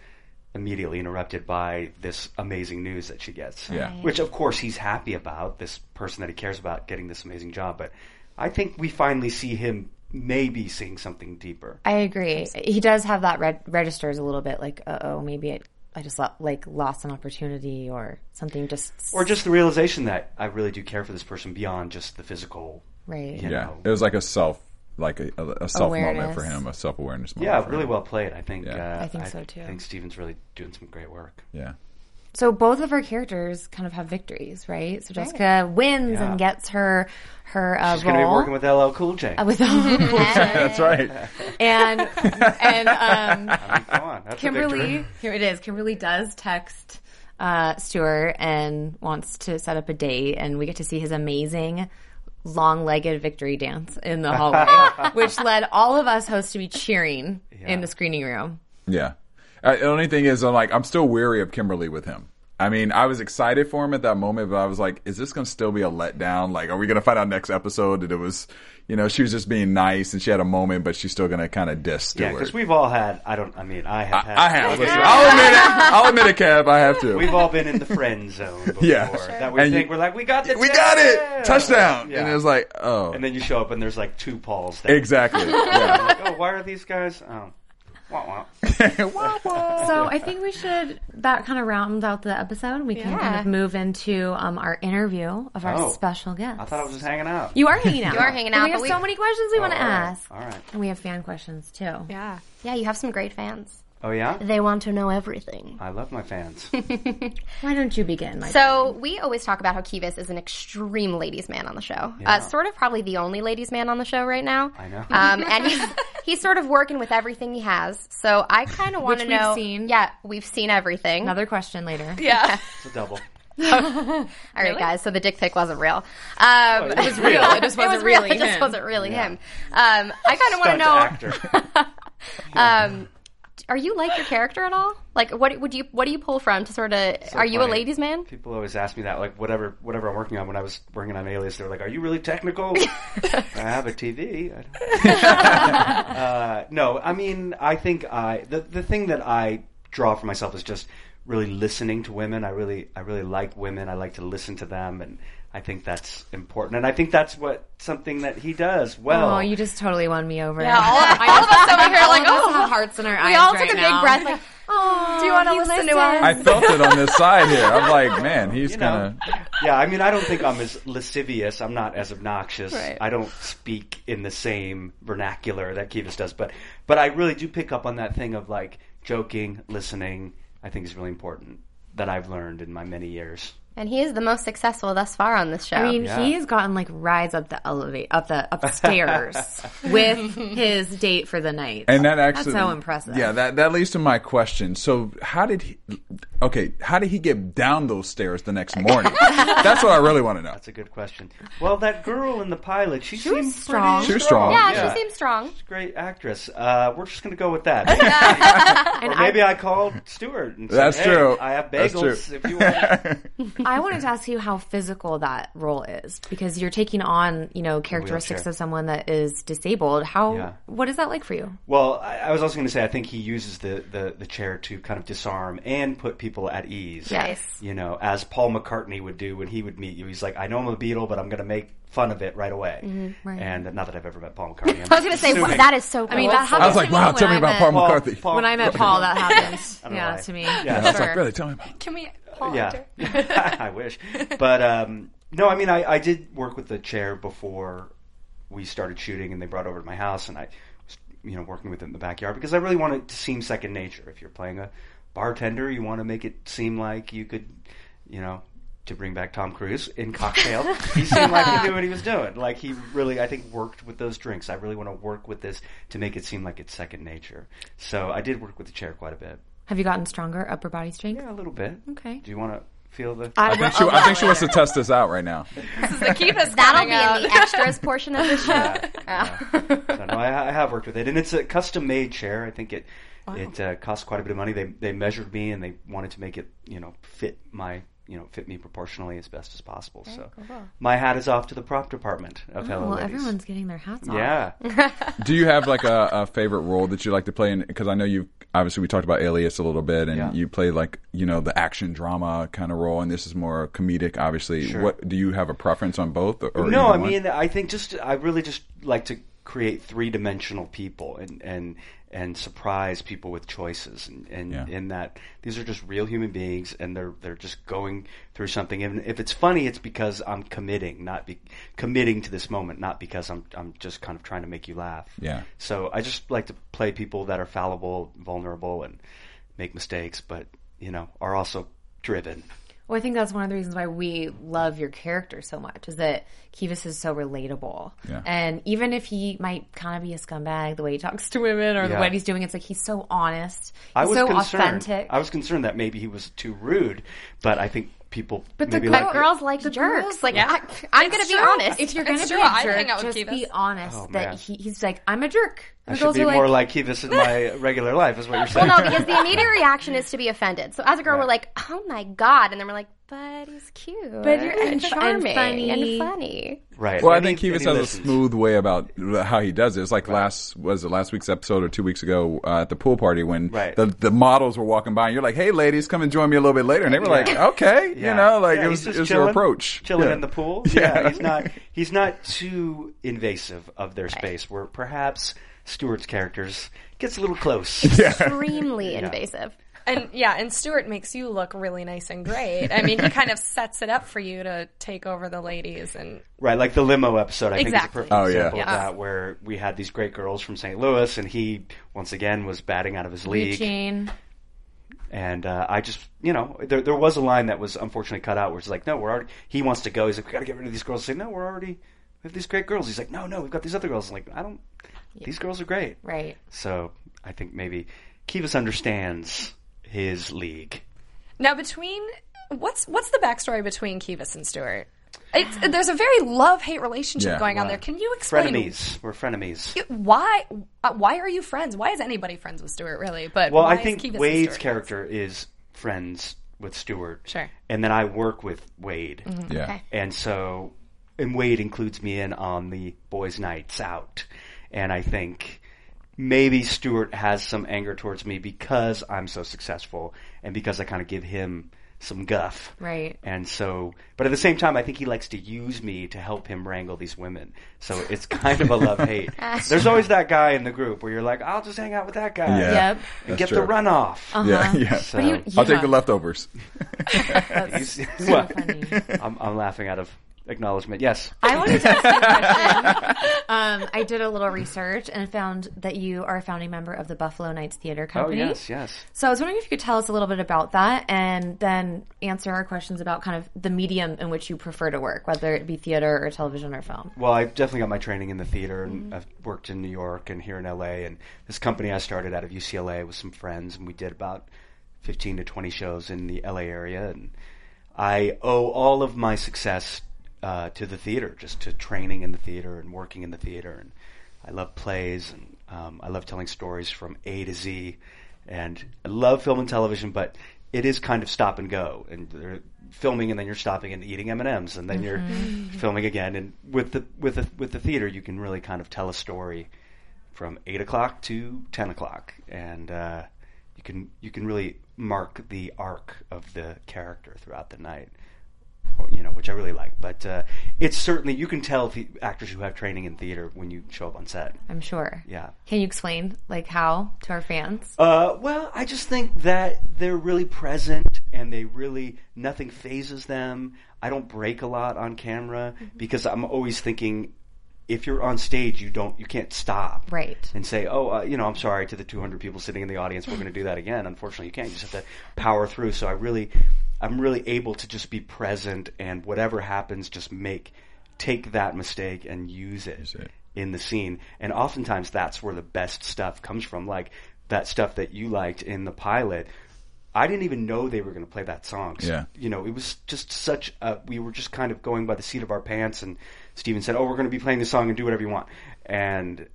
[SPEAKER 4] immediately interrupted by this amazing news that she gets.
[SPEAKER 3] Yeah. Right.
[SPEAKER 4] Which, of course, he's happy about this person that he cares about getting this amazing job. But I think we finally see him maybe seeing something deeper.
[SPEAKER 2] I agree. He does have that red, registers a little bit like, uh oh, maybe it, I just lo- like lost an opportunity or something just
[SPEAKER 4] or just the realization that I really do care for this person beyond just the physical.
[SPEAKER 2] right.
[SPEAKER 4] You
[SPEAKER 3] Yeah,
[SPEAKER 4] know.
[SPEAKER 3] it was like a self, like a, a, a self moment
[SPEAKER 2] Awareness.
[SPEAKER 3] for him, a self awareness moment.
[SPEAKER 4] Yeah,
[SPEAKER 3] for
[SPEAKER 4] really
[SPEAKER 3] him.
[SPEAKER 4] well played. I think.
[SPEAKER 3] Yeah.
[SPEAKER 4] Uh,
[SPEAKER 2] I think so, too.
[SPEAKER 4] I think Steven's really doing some great work.
[SPEAKER 3] Yeah,
[SPEAKER 2] So both of her characters kind of have victories, right? So Jessica wins
[SPEAKER 4] Yeah.
[SPEAKER 2] and gets her her uh,
[SPEAKER 4] He's
[SPEAKER 2] role
[SPEAKER 4] going to be working with LL Cool J.
[SPEAKER 2] with
[SPEAKER 3] that's right.
[SPEAKER 2] and and um,
[SPEAKER 4] Come on, that's a
[SPEAKER 2] Kimberly.
[SPEAKER 4] victory.
[SPEAKER 2] Here it is. Kimberly does text uh, Stuart and wants to set up a date, and we get to see his amazing long-legged victory dance in the hallway, which led all of us hosts to be cheering in the screening room.
[SPEAKER 3] Yeah. Uh, the only thing is, I'm like, I'm still weary of Kimberly with him. I mean, I was excited for him at that moment, but I was like, is this going to still be a letdown? Like, are we going to find out next episode that it was, you know, she was just being nice and she had a moment, but she's still going to kind of diss
[SPEAKER 4] Yeah,
[SPEAKER 3] Stewart.
[SPEAKER 4] because we've all had. I don't. I mean, I have. had,
[SPEAKER 3] I have. Listen, I'll admit it. I'll admit it, Kev. I have to.
[SPEAKER 4] We've all been in the friend zone before.
[SPEAKER 3] Yeah.
[SPEAKER 4] That we
[SPEAKER 3] And
[SPEAKER 4] think
[SPEAKER 3] you-
[SPEAKER 4] we're like, we got the.
[SPEAKER 3] we got
[SPEAKER 4] job!"
[SPEAKER 3] it. Touchdown.
[SPEAKER 4] Yeah.
[SPEAKER 3] And it was like, oh.
[SPEAKER 4] And then you show up and there's like two Pauls. There.
[SPEAKER 3] exactly. Yeah.
[SPEAKER 4] Like, oh, why are these guys? Oh, wah, wah.
[SPEAKER 3] Wah, wah.
[SPEAKER 2] So I think we should that kind of round out the episode. We can kind of move into um, our interview of our
[SPEAKER 4] Oh.
[SPEAKER 2] special guest.
[SPEAKER 4] I thought I was just hanging out.
[SPEAKER 2] you are hanging out. You
[SPEAKER 5] are hanging out,
[SPEAKER 2] We have
[SPEAKER 5] but we-
[SPEAKER 2] so many questions we want
[SPEAKER 4] Oh,
[SPEAKER 2] to
[SPEAKER 4] all right.
[SPEAKER 2] ask.
[SPEAKER 4] All right.
[SPEAKER 2] And we have fan questions too.
[SPEAKER 6] Yeah.
[SPEAKER 5] Yeah, you have some great fans.
[SPEAKER 4] Oh yeah.
[SPEAKER 5] They want to know everything.
[SPEAKER 4] I love my fans.
[SPEAKER 2] Why don't you begin? My
[SPEAKER 5] So we always talk about how Kivas is an extreme ladies' man on the show. Uh, sort of probably the only ladies' man on the show right now. I
[SPEAKER 4] know.
[SPEAKER 2] Uh,
[SPEAKER 5] Um, and he's he's sort of working with everything he has. So I kind of want to
[SPEAKER 2] we've
[SPEAKER 5] know.
[SPEAKER 2] seen.
[SPEAKER 5] Yeah, we've seen everything.
[SPEAKER 2] another question later.
[SPEAKER 6] Yeah.
[SPEAKER 4] It's a double.
[SPEAKER 5] All right, guys. So the dick pic wasn't real. Um,
[SPEAKER 4] it was
[SPEAKER 2] real. It just wasn't
[SPEAKER 5] it was real.
[SPEAKER 2] really
[SPEAKER 5] It just
[SPEAKER 2] him.
[SPEAKER 5] wasn't really him. Um, I kind of want to
[SPEAKER 4] Stunt
[SPEAKER 5] know.
[SPEAKER 4] actor.
[SPEAKER 5] Um, are you like your character at all? Like, what would you what do you pull from to sort of? are you a
[SPEAKER 4] funny.
[SPEAKER 5] ladies' man?
[SPEAKER 4] People always ask me that, like whatever whatever I'm working on. When I was working on Alias, they were like, "Are you really technical?" I have a TV. I don't... uh, no, I mean, I think I the the thing that I draw for myself is just really listening to women. I really I really like women. I like to listen to them, and I think that's important. And I think that's what something that he does well.
[SPEAKER 2] Oh, you just totally won me over.
[SPEAKER 6] Yeah, all, all of us over here are like,
[SPEAKER 2] us have
[SPEAKER 6] oh,
[SPEAKER 2] hearts in our eyes.
[SPEAKER 5] We all
[SPEAKER 2] right
[SPEAKER 5] took a big
[SPEAKER 2] now.
[SPEAKER 5] breath. Like,
[SPEAKER 6] do you want to
[SPEAKER 2] he
[SPEAKER 6] listen to us?
[SPEAKER 3] I felt it on this side here. I'm like, man, he's
[SPEAKER 4] you know.
[SPEAKER 3] kind
[SPEAKER 4] yeah, I mean, I don't think I'm as lascivious. I'm not as obnoxious.
[SPEAKER 6] Right.
[SPEAKER 4] I don't speak in the same vernacular that Kivas does, but but I really do pick up on that thing of like joking, listening. I think is really important that I've learned in my many years.
[SPEAKER 5] and he is the most successful thus far on this show.
[SPEAKER 2] I mean, he has gotten like rides up the elevate up the upstairs with his date for the night.
[SPEAKER 3] And that actually
[SPEAKER 2] so impressive.
[SPEAKER 3] Yeah, that that leads to my question. So how did he? Okay, how did he get down those stairs the next morning? That's what I really want to know.
[SPEAKER 4] That's a good question. Well, that girl in the pilot, she, seemed
[SPEAKER 2] was strong.
[SPEAKER 4] Pretty
[SPEAKER 3] She was strong.
[SPEAKER 5] yeah,
[SPEAKER 4] yeah.
[SPEAKER 5] she seems strong.
[SPEAKER 4] She's a Great actress. Uh, we're just gonna go with that. or maybe I, called Stewart. And said,
[SPEAKER 3] That's
[SPEAKER 4] "Hey,
[SPEAKER 3] true.
[SPEAKER 4] I have
[SPEAKER 3] That's true.
[SPEAKER 4] bagels. If you want,
[SPEAKER 2] I wanted to ask you how physical that role is because you're taking on, you know, characteristics
[SPEAKER 4] wheelchair.
[SPEAKER 2] of someone that is disabled. How
[SPEAKER 4] Yeah.
[SPEAKER 2] what is that like for you?
[SPEAKER 4] Well, I, I was also going to say I think he uses the, the, the chair to kind of disarm and put people at ease.
[SPEAKER 2] Yes.
[SPEAKER 4] You know, as Paul McCartney would do when he would meet you. He's like, I know I'm a Beatle, but I'm going to make fun of it right away.
[SPEAKER 2] Mm-hmm.
[SPEAKER 4] And not that I've ever met Paul McCartney.
[SPEAKER 5] I was going to say
[SPEAKER 4] Assuming.
[SPEAKER 5] that is so.
[SPEAKER 2] I
[SPEAKER 5] Cool.
[SPEAKER 2] mean, that
[SPEAKER 3] I
[SPEAKER 2] happens
[SPEAKER 3] was like,
[SPEAKER 2] to me
[SPEAKER 3] wow,
[SPEAKER 2] when
[SPEAKER 3] tell me
[SPEAKER 2] I
[SPEAKER 3] about
[SPEAKER 2] met-
[SPEAKER 3] Paul McCarthy.
[SPEAKER 2] When I met Paul, that happened.
[SPEAKER 4] know
[SPEAKER 2] yeah,
[SPEAKER 4] why.
[SPEAKER 2] to me.
[SPEAKER 3] I was
[SPEAKER 2] Sure.
[SPEAKER 3] like, really, tell me about. It.
[SPEAKER 6] Can we Paul
[SPEAKER 4] yeah.
[SPEAKER 6] Hunter?
[SPEAKER 4] I wish. But um, no, I mean, I, I did work with the chair before we started shooting, and they brought over to my house, and I was, you know, working with it in the backyard because I really want it to seem second nature. If you're playing a bartender, you want to make it seem like you could, you know, to bring back Tom Cruise in Cocktail, he seemed like he knew what he was doing. Like he really, I think, worked with those drinks. I really want to work with this to make it seem like it's second nature. So I did work with the chair quite a bit.
[SPEAKER 2] Have you gotten stronger upper body strength?
[SPEAKER 4] Yeah, a little bit.
[SPEAKER 2] Okay.
[SPEAKER 4] Do you want to feel the?
[SPEAKER 3] I think she, I think she wants to test this out right now.
[SPEAKER 6] Keep us
[SPEAKER 5] That'll
[SPEAKER 6] coming
[SPEAKER 5] be
[SPEAKER 6] out.
[SPEAKER 5] in the extras portion of the show.
[SPEAKER 4] So, no, I, I have worked with it, and it's a custom-made chair. I think it it uh, cost quite a bit of money. They they measured me, and they wanted to make it you know fit my you know fit me proportionally as best as possible. so my hat is off to the prop department of Hello
[SPEAKER 2] Well,
[SPEAKER 4] Ladies.
[SPEAKER 2] everyone's getting their hats off.
[SPEAKER 4] yeah,
[SPEAKER 3] Do you have like a, a favorite role that you like to play? Because I know you obviously we talked about Alias a little bit, and
[SPEAKER 4] Yeah.
[SPEAKER 3] you play like you know the action drama kind of role, and this is more comedic. Obviously, what do you have a preference on both? Or
[SPEAKER 4] no,
[SPEAKER 3] either
[SPEAKER 4] I
[SPEAKER 3] one?
[SPEAKER 4] mean, I think just I really just like to create three dimensional people and and and surprise people with choices and and
[SPEAKER 3] Yeah.
[SPEAKER 4] in that these are just real human beings and they're they're just going through something and if it's funny it's because I'm committing not be, committing to this moment not because I'm I'm just kind of trying to make you laugh
[SPEAKER 3] Yeah.
[SPEAKER 4] so I just like to play people that are fallible vulnerable and make mistakes but you know are also driven
[SPEAKER 2] Well, I think that's one of the reasons why we love your character so much is that Kivas is so relatable.
[SPEAKER 3] Yeah.
[SPEAKER 2] And even if he might kind of be a scumbag, the way he talks to women or the
[SPEAKER 4] Yeah.
[SPEAKER 2] way he's doing, it's like he's so honest. He's
[SPEAKER 4] I was
[SPEAKER 2] so
[SPEAKER 4] concerned.
[SPEAKER 2] authentic.
[SPEAKER 4] I was concerned that maybe he was too rude, but I think people
[SPEAKER 2] But the
[SPEAKER 4] maybe
[SPEAKER 2] girl-
[SPEAKER 4] like
[SPEAKER 5] Girls like jerks. like I, am gonna be honest.
[SPEAKER 2] if you're going to
[SPEAKER 6] It's
[SPEAKER 2] be
[SPEAKER 6] true.
[SPEAKER 2] a
[SPEAKER 6] I'd hang
[SPEAKER 2] jerk,
[SPEAKER 6] out with
[SPEAKER 2] just be
[SPEAKER 6] Kivas.
[SPEAKER 2] honest
[SPEAKER 4] Oh, man.
[SPEAKER 2] that he, he's like, I'm a jerk.
[SPEAKER 4] I
[SPEAKER 2] And the
[SPEAKER 4] should
[SPEAKER 2] girls
[SPEAKER 4] be
[SPEAKER 2] are
[SPEAKER 4] more like Kivas in my regular life, is what you're saying.
[SPEAKER 5] well, no, because the immediate reaction is to be offended. So as a girl, we're like, "Oh my god," and then we're like, "But he's cute, but
[SPEAKER 2] you're- and
[SPEAKER 5] and charming,
[SPEAKER 2] funny."
[SPEAKER 5] and funny."
[SPEAKER 4] right.
[SPEAKER 3] Well, I
[SPEAKER 4] And
[SPEAKER 3] think
[SPEAKER 4] he-
[SPEAKER 3] Kivas
[SPEAKER 4] and he
[SPEAKER 3] has a
[SPEAKER 4] listens.
[SPEAKER 3] smooth way about how he does it. It's like last was it last week's episode or two weeks ago uh, at the pool party when
[SPEAKER 4] Right.
[SPEAKER 3] the the models were walking by and you're like, "Hey, ladies, come and join me a little bit later," and they were like, "Okay,"
[SPEAKER 4] Yeah.
[SPEAKER 3] you know, like
[SPEAKER 4] Yeah,
[SPEAKER 3] it was,
[SPEAKER 4] he's just
[SPEAKER 3] it was
[SPEAKER 4] chilling-
[SPEAKER 3] your approach,
[SPEAKER 4] chilling
[SPEAKER 3] Yeah.
[SPEAKER 4] in the pool. Yeah. he's not he's not too invasive of their space. Where perhaps Stewart's characters gets a little close.
[SPEAKER 5] Extremely invasive.
[SPEAKER 6] And yeah, and Stuart makes you look really nice and great. I mean, he kind of sets it up for you to take over the ladies and
[SPEAKER 4] Right, like the limo episode, I
[SPEAKER 6] Exactly.
[SPEAKER 4] think is a perfect
[SPEAKER 3] Oh, yeah.
[SPEAKER 4] example
[SPEAKER 6] Yeah.
[SPEAKER 4] of that, where we had these great girls from St. Louis, and he once again was batting out of his
[SPEAKER 2] like,
[SPEAKER 4] league.
[SPEAKER 2] Eugene.
[SPEAKER 4] And uh, I just, you know, there there was a line that was unfortunately cut out where it's like, no, we're already. He wants to go. He's like, we got to get rid of these girls. I say, no, we're already. We have these great girls. He's like, no, no, we've got these other girls. I'm like, I don't. These girls are great.
[SPEAKER 2] Right.
[SPEAKER 4] So I think maybe Kivas understands his league.
[SPEAKER 6] Now, between what's what's the backstory between Kivas and Stewart? It's, there's a very love hate relationship
[SPEAKER 3] Yeah.
[SPEAKER 6] going on there. Can you explain
[SPEAKER 4] Frenemies. We're frenemies.
[SPEAKER 6] why? Uh, why are you friends? Why is anybody friends with Stewart? Really? But
[SPEAKER 4] Well,
[SPEAKER 6] why
[SPEAKER 4] I
[SPEAKER 6] is
[SPEAKER 4] think
[SPEAKER 6] Kivas and
[SPEAKER 4] Wade's
[SPEAKER 6] Stewart
[SPEAKER 4] character is friends with Stewart.
[SPEAKER 6] Sure. Mm-hmm.
[SPEAKER 4] And then I work with Wade.
[SPEAKER 3] Yeah.
[SPEAKER 4] And so, and Wade includes me in on the boys' nights out. And I think maybe Stuart has some anger towards me because I'm so successful and because I kind of give him some guff.
[SPEAKER 2] Right.
[SPEAKER 4] And so, but at the same time, I think he likes to use me to help him wrangle these women. So it's kind of a love hate. There's always that guy in the group where you're like, I'll just hang out with that guy.
[SPEAKER 3] Yeah.
[SPEAKER 2] Yep. Oh,
[SPEAKER 4] And
[SPEAKER 3] That's
[SPEAKER 4] get the
[SPEAKER 3] true.
[SPEAKER 4] runoff.
[SPEAKER 5] Uh-huh.
[SPEAKER 3] Yeah, yeah.
[SPEAKER 4] So,
[SPEAKER 2] you-
[SPEAKER 3] I'll take
[SPEAKER 2] Yeah.
[SPEAKER 3] the leftovers.
[SPEAKER 4] he's-
[SPEAKER 2] So
[SPEAKER 4] what?
[SPEAKER 2] funny.
[SPEAKER 4] I'm, I'm laughing out of acknowledgement. Yes.
[SPEAKER 2] I wanted to ask you a question. Um, I did a little research and found that you are a founding member of the Buffalo Nights Theater
[SPEAKER 4] Oh,
[SPEAKER 2] Company.
[SPEAKER 4] yes, yes.
[SPEAKER 2] So I was wondering if you could tell us a little bit about that and then answer our questions about kind of the medium in which you prefer to work, whether it be theater or television or film.
[SPEAKER 4] Well, I definitely got my training in the theater, and I've worked in New York and here in LA. And this company I started out of UCLA with some friends, and we did about fifteen to twenty shows in the LA area. And I owe all of my success uh, to the theater, just to training in the theater and working in the theater. And I love plays, and um, I love telling stories from A to Z, and I love film and television, but it is kind of stop and go, and they're filming, and then you're stopping and eating M and M's, and then you're filming again. And with the with the with the theater, you can really kind of tell a story from eight o'clock to ten o'clock, and uh, you can you can really mark the arc of the character throughout the night or, you know, which I really like. But uh, it's certainly you can tell the actors who have training in theater when you show up on set.
[SPEAKER 2] I'm sure.
[SPEAKER 4] Yeah.
[SPEAKER 2] Can you explain like how to our fans?
[SPEAKER 4] Uh, well, I just think that they're really present and they really nothing phases them. I don't break a lot on camera because I'm always thinking if you're on stage, you don't you can't stop.
[SPEAKER 2] Right.
[SPEAKER 4] and say, "Oh, uh, you know, I'm sorry to the 200 people sitting in the audience. We're going to do that again." Unfortunately, you can't. You just have to power through. So I really, I'm really able to just be present and whatever happens, just make take that mistake and use it, in the scene. And oftentimes, that's where the best stuff comes from. Like that stuff that you liked in the pilot. I didn't even know they were going to play that song. So,
[SPEAKER 3] Yeah.
[SPEAKER 4] You know, it was just such a, we were just kind of going by the seat of our pants and Steven said, Oh, we're going to be playing this song and do whatever you want. And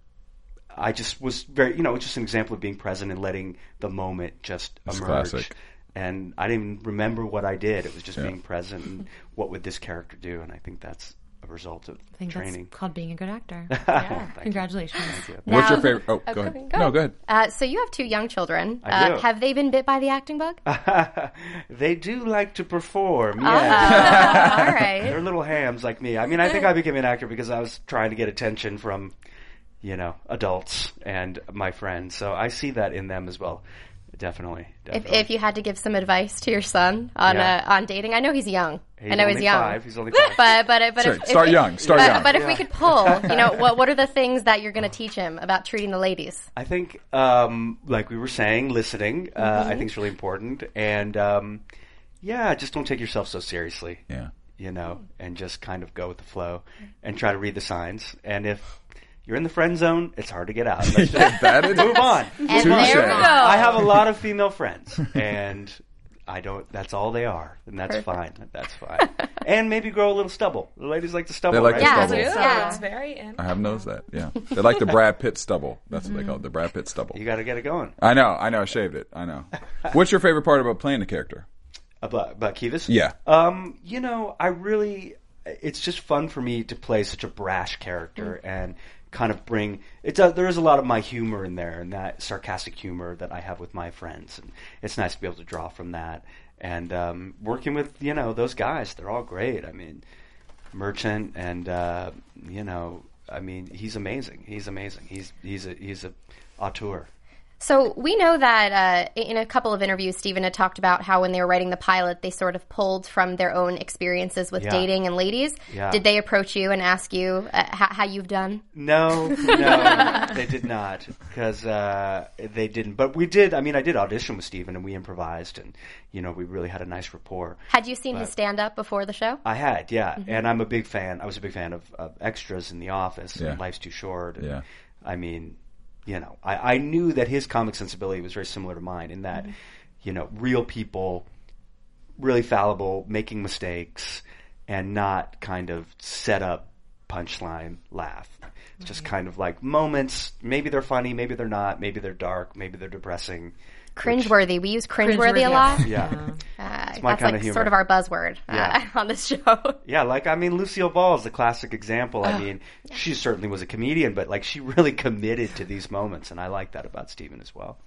[SPEAKER 4] I just was very, you know, it's just an example of being present and letting the moment just emerge.
[SPEAKER 3] classic.
[SPEAKER 4] and I didn't even remember what I did. It was just being present. And what would this character do? And I think that's a result of
[SPEAKER 2] I think
[SPEAKER 4] training.
[SPEAKER 2] that's called being a good actor. Yeah. Congratulations.
[SPEAKER 3] What's your
[SPEAKER 5] Now-
[SPEAKER 3] favorite? Oh, go ahead. No, go ahead.
[SPEAKER 5] Uh, so you have two young children.
[SPEAKER 4] I
[SPEAKER 5] uh,
[SPEAKER 4] do.
[SPEAKER 5] Have they been bit by the acting bug?
[SPEAKER 4] they do like to perform.
[SPEAKER 2] Uh-huh.
[SPEAKER 4] Yeah.
[SPEAKER 5] All
[SPEAKER 4] They're
[SPEAKER 5] right.
[SPEAKER 4] little hams like me. I mean, I think I became an actor because I was trying to get attention from, you know, adults and my friends. So I see that in them as well. Definitely.
[SPEAKER 5] If,
[SPEAKER 4] definitely.
[SPEAKER 5] if you had to give some advice to your son on
[SPEAKER 4] Yeah.
[SPEAKER 5] uh, on dating, I know he's young.
[SPEAKER 4] He's
[SPEAKER 5] I know
[SPEAKER 4] only
[SPEAKER 5] he's young.
[SPEAKER 4] five. He's only five.
[SPEAKER 5] But but but
[SPEAKER 3] Sorry,
[SPEAKER 5] if,
[SPEAKER 3] start
[SPEAKER 5] if,
[SPEAKER 3] young. Start
[SPEAKER 5] But,
[SPEAKER 3] young.
[SPEAKER 5] but if we could pull, you know, what what are the things that you're going to teach him about treating the ladies?
[SPEAKER 4] I think, um, like we were saying, listening, uh, I think is really important. And, um, yeah, just don't take yourself so seriously.
[SPEAKER 3] Yeah.
[SPEAKER 4] You know, and just kind of go with the flow and try to read the signs. And if you're in the friend zone, it's hard to get out. Let's just
[SPEAKER 3] That is
[SPEAKER 4] move on.
[SPEAKER 5] And there we
[SPEAKER 3] Touche.
[SPEAKER 5] go.
[SPEAKER 4] I have a lot of female friends, and I don't. That's all they are, and that's fine. That's fine. And maybe grow a little stubble. The ladies like to stubble,
[SPEAKER 3] They like
[SPEAKER 4] right?
[SPEAKER 3] the
[SPEAKER 5] Yeah.
[SPEAKER 3] stubble.
[SPEAKER 5] Yeah.
[SPEAKER 6] It's very
[SPEAKER 3] I have noticed that. Yeah, they like the Brad Pitt stubble. That's what they call it, the Brad Pitt stubble.
[SPEAKER 4] You got to get it going.
[SPEAKER 3] I know. I know. I shaved it. I know. What's your favorite part about playing the character?
[SPEAKER 4] About about Kivas?
[SPEAKER 3] Yeah.
[SPEAKER 4] Um, you know, I really it's just fun for me to play such a brash character and kind of bring it's a, there is a lot of my humor in there and that sarcastic humor that I have with my friends and it's nice to be able to draw from that and um, working with you know those guys they're all great I mean merchant and uh, you know I mean he's amazing he's amazing he's he's a he's a auteur
[SPEAKER 5] So we know that uh, in a couple of interviews, Stephen had talked about how when they were writing the pilot, they sort of pulled from their own experiences with
[SPEAKER 4] Yeah.
[SPEAKER 5] dating and ladies.
[SPEAKER 4] Yeah.
[SPEAKER 5] Did they approach you and ask you uh, how, how you've done?
[SPEAKER 4] No, no, they did not because uh, they didn't. But we did. I mean, I did audition with Steven and we improvised, and you know, we really had a nice rapport.
[SPEAKER 5] Had you seen his stand up before the show?
[SPEAKER 4] I had, yeah, and I'm a big fan. I was a big fan of, of extras in The Office
[SPEAKER 3] Yeah.
[SPEAKER 4] and Life's Too Short. and,
[SPEAKER 3] Yeah.
[SPEAKER 4] I mean, you know, I, I knew that his comic sensibility was very similar to mine in that, you know, real people, really fallible, making mistakes, and not kind of set up punchline laugh. It's just kind of like moments. Maybe they're funny, maybe they're not, maybe they're dark, maybe they're depressing.
[SPEAKER 5] Cringeworthy. We use
[SPEAKER 2] Cringeworthy,
[SPEAKER 5] cringeworthy, a lot.
[SPEAKER 4] Yeah.
[SPEAKER 5] Uh,
[SPEAKER 4] my
[SPEAKER 5] that's
[SPEAKER 4] kinda
[SPEAKER 5] like
[SPEAKER 4] humor.
[SPEAKER 5] sort of our buzzword
[SPEAKER 4] Yeah.
[SPEAKER 5] uh, on this show.
[SPEAKER 4] Yeah, like I mean, Lucille Ball is the classic example. I mean, she certainly was a comedian, but like she really committed to these moments, and I like that about Steven as well.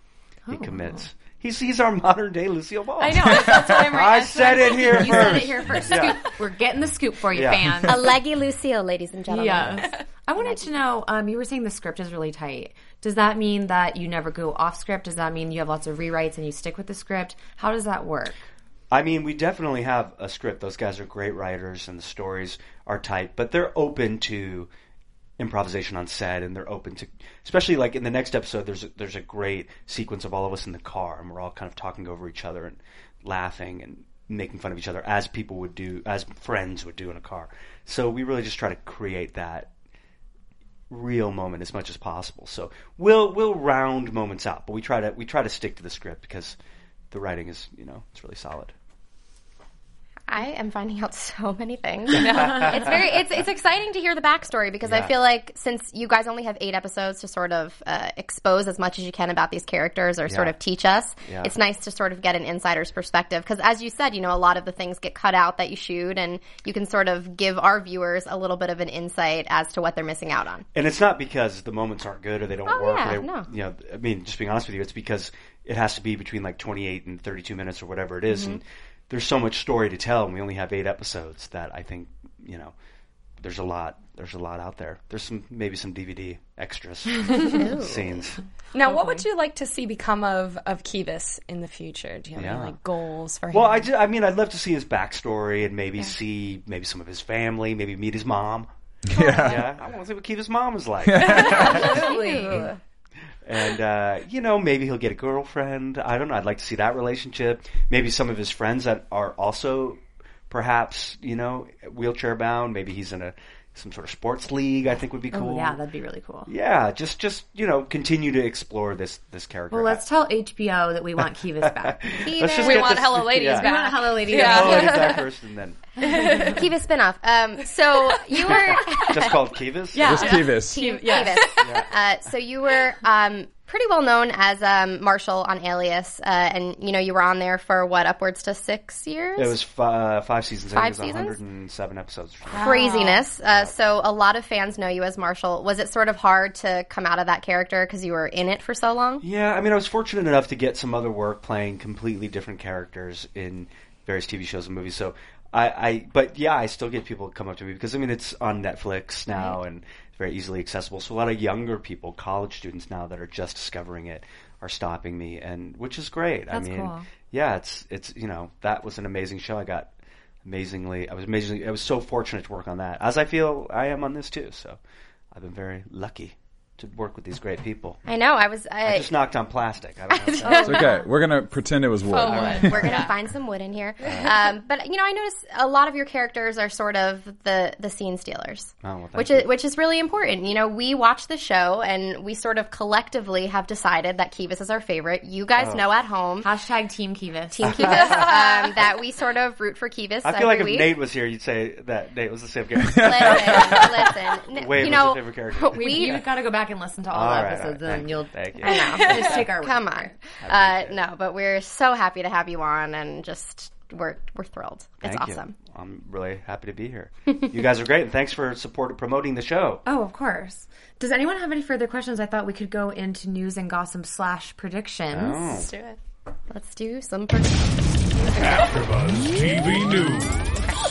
[SPEAKER 4] He commits. He's he's our modern day Lucille Ball.
[SPEAKER 2] Oh. I know. That's what I'm right.
[SPEAKER 4] I
[SPEAKER 2] that's
[SPEAKER 4] said
[SPEAKER 2] what I'm-
[SPEAKER 4] it here
[SPEAKER 2] You said it
[SPEAKER 4] first.
[SPEAKER 2] here first.
[SPEAKER 4] Yeah.
[SPEAKER 2] Scoop. We're getting the scoop for you,
[SPEAKER 4] Yeah.
[SPEAKER 2] fans.
[SPEAKER 5] a leggy Lucille, ladies and gentlemen.
[SPEAKER 2] Yes. I wanted to know. Um, you were saying the script is really tight. Does that mean that you never go off script? Does that mean you have lots of rewrites and you stick with the script? How does that work?
[SPEAKER 4] I mean, we definitely have a script. Those guys are great writers, and the stories are tight, but they're open to improvisation on set, and they're open to, especially like in the next episode. There's a, there's a great sequence of all of us in the car, and we're all kind of talking over each other and laughing and making fun of each other as people would do, as friends would do in a car. So we really just try to create that real moment as much as possible. So we'll we'll round moments out, but we try to we try to stick to the script because the writing is you know it's really solid.
[SPEAKER 5] I am finding out so many things. it's very it's it's exciting to hear the backstory because I feel like since you guys only have eight episodes to sort of uh, expose as much as you can about these characters or sort
[SPEAKER 4] Yeah.
[SPEAKER 5] of teach us,
[SPEAKER 4] Yeah.
[SPEAKER 5] it's nice to sort of get an insider's perspective because as you said, you know, a lot of the things get cut out that you shoot, and you can sort of give our viewers a little bit of an insight as to what they're missing out on.
[SPEAKER 4] And it's not because the moments aren't good or they don't
[SPEAKER 5] Oh,
[SPEAKER 4] work.
[SPEAKER 5] yeah,
[SPEAKER 4] or they,
[SPEAKER 5] no.
[SPEAKER 4] You know, I mean, just being honest with you, it's because it has to be between like 28 and 32 minutes or whatever it
[SPEAKER 5] Mm-hmm.
[SPEAKER 4] is. And there's so much story to tell, and we only have eight episodes that I think you know, there's a lot. There's a lot out there. There's some maybe some DVD extras scenes.
[SPEAKER 6] Now, what would you like to see become of of Kivas in the future? Do you have
[SPEAKER 4] Yeah.
[SPEAKER 6] any like goals for him?
[SPEAKER 4] Well, I, ju- I mean, I'd love to see his backstory and maybe see maybe some of his family, maybe meet his mom. Yeah, I want to see what Kiva's mom is like. and uh, you know, maybe he'll get a girlfriend. I don't know. I'd like to see that relationship. Maybe some of his friends that are also perhaps you know wheelchair bound. Maybe he's in a some sort of sports league. I think would be cool.
[SPEAKER 2] Oh, Yeah, that'd be really cool.
[SPEAKER 4] Yeah, just just you know, continue to explore this this character.
[SPEAKER 2] Well, let's tell HBO that we want Kivas back.
[SPEAKER 4] Let's just
[SPEAKER 6] we
[SPEAKER 4] get
[SPEAKER 6] want
[SPEAKER 4] this-
[SPEAKER 6] Hello Ladies
[SPEAKER 4] yeah.
[SPEAKER 2] We
[SPEAKER 6] back.
[SPEAKER 2] want Hello Lady.
[SPEAKER 6] Yeah.
[SPEAKER 4] Hello Ladies back first, and then
[SPEAKER 5] Kiva spinoff. Um, so you were Uh,
[SPEAKER 4] just called Kivas.
[SPEAKER 3] Just Kivas.
[SPEAKER 5] Team Davis. Uh, so you were um, pretty well known as um, Marshall on Alias, uh, and you know you were on there for what upwards to six years.
[SPEAKER 4] It was fi- uh, five seasons. I think
[SPEAKER 5] Five
[SPEAKER 4] it was
[SPEAKER 5] seasons?
[SPEAKER 4] 107 episodes.
[SPEAKER 5] craziness. Uh, So a lot of fans know you as Marshall. Was it sort of hard to come out of that character because you were in it for so long?
[SPEAKER 4] Yeah, I mean, I was fortunate enough to get some other work playing completely different characters in various TV shows and movies. So I, I but yeah, I still get people come up to me because I mean, it's on Netflix now and it's very easily accessible. So a lot of younger people, college students now that are just discovering it, are stopping me, and which is great.
[SPEAKER 2] That's
[SPEAKER 4] I mean,
[SPEAKER 2] cool.
[SPEAKER 4] yeah, it's it's you know that was an amazing show. I got amazingly, I was amazingly, I was so fortunate to work on that, as I feel I am on this too. So I've been very lucky to work with these great people.
[SPEAKER 5] I know. I was. I,
[SPEAKER 4] I Oh, just knocked on plastic. I don't know. if that-
[SPEAKER 3] It's okay. We're gonna pretend it was wood.
[SPEAKER 2] Oh,
[SPEAKER 5] We're gonna find some wood in here. Um, but you know, I notice a lot of your characters are sort of the the scene stealers,
[SPEAKER 4] Oh, well, thank
[SPEAKER 5] which
[SPEAKER 4] you.
[SPEAKER 5] is which is really important. You know, we watch the show and we sort of collectively have decided that Kivas is our favorite. You
[SPEAKER 4] Oh.
[SPEAKER 5] guys know at home.
[SPEAKER 2] Hashtag Team Kivas.
[SPEAKER 5] Team Kivas, um, that we sort of root for Kivas.
[SPEAKER 4] I feel like if
[SPEAKER 5] every week.
[SPEAKER 4] Nate was here, you'd say that Nate was the same guy.
[SPEAKER 5] Listen, listen. N-
[SPEAKER 4] Wade
[SPEAKER 5] you
[SPEAKER 4] was
[SPEAKER 5] know,
[SPEAKER 4] your favorite character.
[SPEAKER 5] We,
[SPEAKER 2] You've got to go back and listen to all, the
[SPEAKER 4] All right, all
[SPEAKER 2] episodes,
[SPEAKER 4] right,
[SPEAKER 2] and
[SPEAKER 4] thank
[SPEAKER 2] you'll
[SPEAKER 4] Thank you.
[SPEAKER 2] just take our.
[SPEAKER 5] come on. Uh, no, but we're so happy to have you on, and just we're we're thrilled. It's
[SPEAKER 4] Thank you.
[SPEAKER 5] awesome.
[SPEAKER 4] I'm really happy to be here. You guys are great, and thanks for support promoting the show.
[SPEAKER 2] Oh, of course. Does anyone have any further questions? I thought we could go into news and gossip slash predictions.
[SPEAKER 4] Mm.
[SPEAKER 6] Let's do it.
[SPEAKER 5] Let's do some. Per-
[SPEAKER 7] AfterBuzz TV News.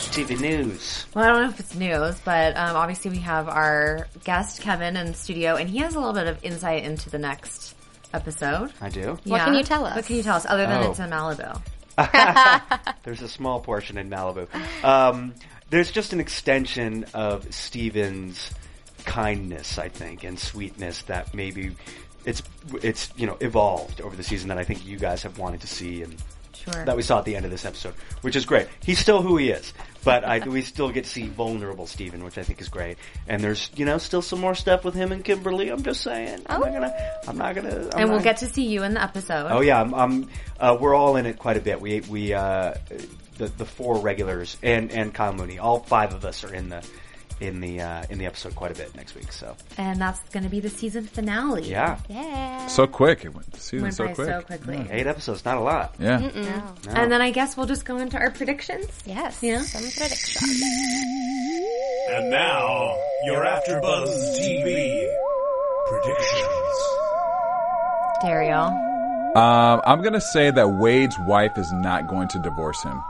[SPEAKER 4] TV news.
[SPEAKER 2] Well, I don't know if it's news, but um, obviously we have our guest Kevin in the studio, and he has a little bit of insight into the next episode.
[SPEAKER 4] I do.
[SPEAKER 5] What can you tell us?
[SPEAKER 2] What can you tell us other than
[SPEAKER 4] Oh.
[SPEAKER 2] it's in Malibu?
[SPEAKER 4] There's a small portion in Malibu. Um, there's just an extension of Steven's kindness, I think, and sweetness that maybe it's it's you know evolved over the season that I think you guys have wanted to see and
[SPEAKER 2] Sure.
[SPEAKER 4] that we saw at the end of this episode, which is great. He's still who he is, but I, we still get to see vulnerable Steven, which I think is great. And there's you know still some more stuff with him and Kimberly. I'm just saying, I'm not gonna, I'm not gonna, I'm
[SPEAKER 2] Oh. and we'll
[SPEAKER 4] not-
[SPEAKER 2] get to see you in the episode.
[SPEAKER 4] Oh yeah, I'm, I'm, uh, we're all in it quite a bit. We we uh, the the four regulars and and Kyle Mooney, all five of us are in the in the uh, in the episode quite a bit next week. So
[SPEAKER 2] And that's going to be the season finale.
[SPEAKER 4] yeah,
[SPEAKER 5] yeah.
[SPEAKER 3] So quick it went. The season
[SPEAKER 2] Went
[SPEAKER 3] so
[SPEAKER 2] by
[SPEAKER 3] quick.
[SPEAKER 2] so quickly.
[SPEAKER 4] eight episodes, not a lot.
[SPEAKER 3] Yeah.
[SPEAKER 2] And then I guess we'll just go into our predictions.
[SPEAKER 5] Yes.
[SPEAKER 2] Yeah.
[SPEAKER 5] Some predictions.
[SPEAKER 7] And now, your AfterBuzz TV predictions.
[SPEAKER 2] Dario.
[SPEAKER 3] Um, I'm gonna say that Wade's wife is not going to divorce him.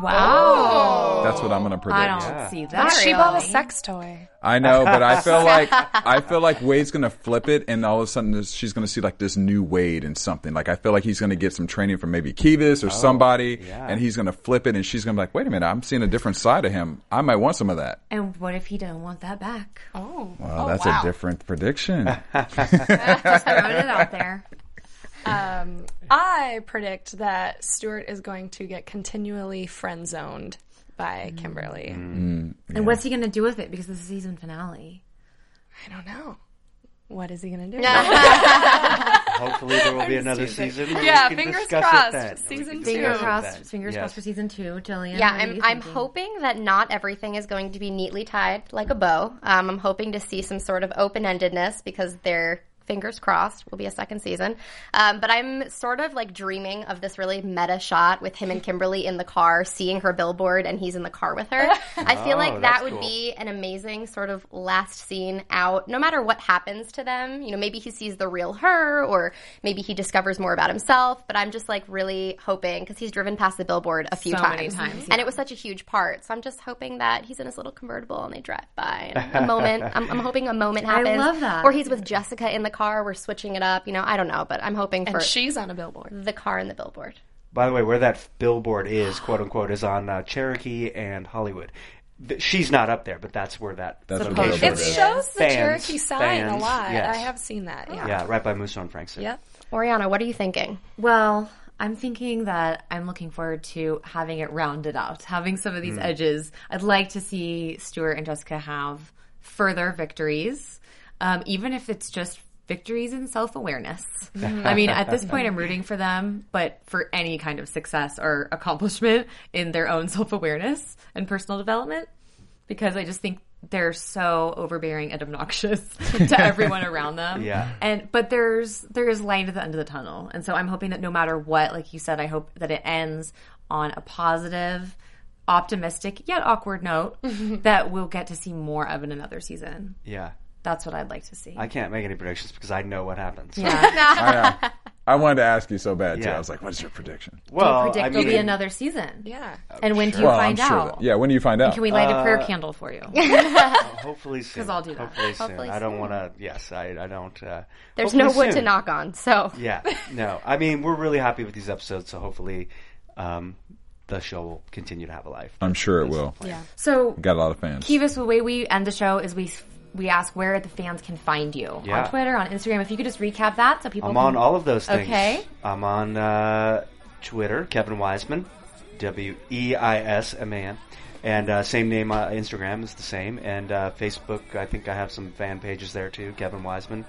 [SPEAKER 2] Wow.
[SPEAKER 3] That's what I'm gonna predict.
[SPEAKER 2] I don't see that.
[SPEAKER 6] She bought a sex toy.
[SPEAKER 3] I know, but I feel like I feel like Wade's gonna flip it, and all of a sudden this, she's gonna see like this new Wade and something. Like I feel like he's gonna get some training from maybe Kivas or somebody, and he's gonna flip it, and she's gonna be like, "Wait a minute, I'm seeing a different side of him. I might want some of that."
[SPEAKER 2] And what if he doesn't want that back?
[SPEAKER 6] Oh,
[SPEAKER 3] Well, that's a different prediction.
[SPEAKER 2] Throwing it out there.
[SPEAKER 6] Um, I predict that Stuart is going to get continually friend zoned by Kimberly.
[SPEAKER 2] And what's he going to do with it? Because it's the season finale.
[SPEAKER 6] I don't know. What is he going to do?
[SPEAKER 4] Hopefully there will be another season. and we
[SPEAKER 6] Yeah,
[SPEAKER 4] can
[SPEAKER 6] fingers
[SPEAKER 4] discuss it
[SPEAKER 6] crossed.
[SPEAKER 4] then. We
[SPEAKER 6] Season
[SPEAKER 4] can
[SPEAKER 6] two.
[SPEAKER 4] discuss
[SPEAKER 2] Fingers
[SPEAKER 4] it
[SPEAKER 2] crossed.
[SPEAKER 4] then.
[SPEAKER 2] Fingers
[SPEAKER 4] Yes.
[SPEAKER 2] crossed for season two, Jillian.
[SPEAKER 5] Yeah,
[SPEAKER 2] what are
[SPEAKER 5] I'm,
[SPEAKER 2] you
[SPEAKER 5] I'm
[SPEAKER 2] thinking?
[SPEAKER 5] hoping that not everything is going to be neatly tied like a bow. Um, I'm hoping to see some sort of open endedness because they're fingers crossed will be a second season um, but i'm sort of like dreaming of this really meta shot with him and kimberly in the car seeing her billboard and he's in the car with her i feel like
[SPEAKER 4] Oh, that's
[SPEAKER 5] that would
[SPEAKER 4] cool.
[SPEAKER 5] be an amazing sort of last scene out no matter what happens to them you know maybe he sees the real her or maybe he discovers more about himself but i'm just like really hoping because he's driven past the billboard a few
[SPEAKER 2] So
[SPEAKER 5] times,
[SPEAKER 2] many times,
[SPEAKER 5] and it was such a huge part so i'm just hoping that he's in his little convertible and they drive by and a moment I'm, I'm hoping a moment happens
[SPEAKER 2] love that.
[SPEAKER 5] or he's with jessica in the car we're switching it up you know i don't know but i'm hoping for
[SPEAKER 6] And she's on a billboard.
[SPEAKER 5] the car and the billboard
[SPEAKER 4] By the way, where that billboard is, quote unquote, is on uh, Cherokee and Hollywood. Th- she's not up there, but that's where that
[SPEAKER 3] That's where the
[SPEAKER 4] location
[SPEAKER 3] billboard
[SPEAKER 6] It
[SPEAKER 3] Sure
[SPEAKER 4] is.
[SPEAKER 3] is.
[SPEAKER 6] shows the
[SPEAKER 4] Fans,
[SPEAKER 6] Cherokee sign a
[SPEAKER 4] fans,
[SPEAKER 6] lot.
[SPEAKER 4] yes. Oh.
[SPEAKER 6] I have seen that. Yeah.
[SPEAKER 4] Yeah, right by Moose on Frankson.
[SPEAKER 6] Yep.
[SPEAKER 5] oriana what are you thinking
[SPEAKER 2] Well, I'm thinking that I'm looking forward to having it rounded out, having some of these
[SPEAKER 4] Hmm.
[SPEAKER 2] edges. I'd like to see Stuart and Jessica have further victories, um, even if it's just victories in self awareness.
[SPEAKER 4] Mm-hmm.
[SPEAKER 2] I mean, at this point, I'm rooting for them, but for any kind of success or accomplishment in their own self awareness and personal development, because I just think they're so overbearing and obnoxious to everyone around them.
[SPEAKER 4] Yeah.
[SPEAKER 2] And but there's there is light at the end of the tunnel. And so I'm hoping that no matter what, like you said, I hope that it ends on a positive, optimistic, yet awkward note that we'll get to see more of in another season.
[SPEAKER 4] Yeah.
[SPEAKER 2] That's what I'd like to see.
[SPEAKER 4] I can't make any predictions because I know what happens.
[SPEAKER 3] I, uh, I wanted to ask you so bad too.
[SPEAKER 4] Yeah.
[SPEAKER 3] I was like, "What is your prediction?"
[SPEAKER 4] Well,
[SPEAKER 2] Predict
[SPEAKER 4] I
[SPEAKER 2] there'll be
[SPEAKER 4] mean-
[SPEAKER 2] another season.
[SPEAKER 6] Yeah.
[SPEAKER 2] And when do you
[SPEAKER 3] Well, I'm
[SPEAKER 2] find
[SPEAKER 3] sure.
[SPEAKER 2] out?
[SPEAKER 3] That, yeah, when do you find out?
[SPEAKER 2] Can we light a
[SPEAKER 4] Uh,
[SPEAKER 2] prayer candle for you?
[SPEAKER 4] Hopefully soon.
[SPEAKER 2] 'Cause I'll do that.
[SPEAKER 4] Hopefully soon.
[SPEAKER 5] Hopefully
[SPEAKER 4] I don't
[SPEAKER 5] soon.
[SPEAKER 4] want to. Yes, I. I don't. Uh,
[SPEAKER 5] There's
[SPEAKER 4] hopefully
[SPEAKER 5] no wood to
[SPEAKER 4] soon.
[SPEAKER 5] knock on, so
[SPEAKER 4] Yeah. No. I mean, we're really happy with these episodes, so hopefully, um, the show will continue to have a life.
[SPEAKER 3] I'm sure it will.
[SPEAKER 2] So
[SPEAKER 3] Got a lot of fans.
[SPEAKER 2] Kivas, the way we end the show is we we ask where the fans can find you
[SPEAKER 4] Yeah.
[SPEAKER 2] on Twitter, on Instagram. If you could just recap that so people
[SPEAKER 4] I'm
[SPEAKER 2] can,
[SPEAKER 4] on all of those things.
[SPEAKER 2] Okay.
[SPEAKER 4] I'm on uh, Twitter, Kevin Wiseman, W E I S M A N, and uh, same name. Uh, Instagram is the same, and uh, Facebook. I think I have some fan pages there too, Kevin Wiseman,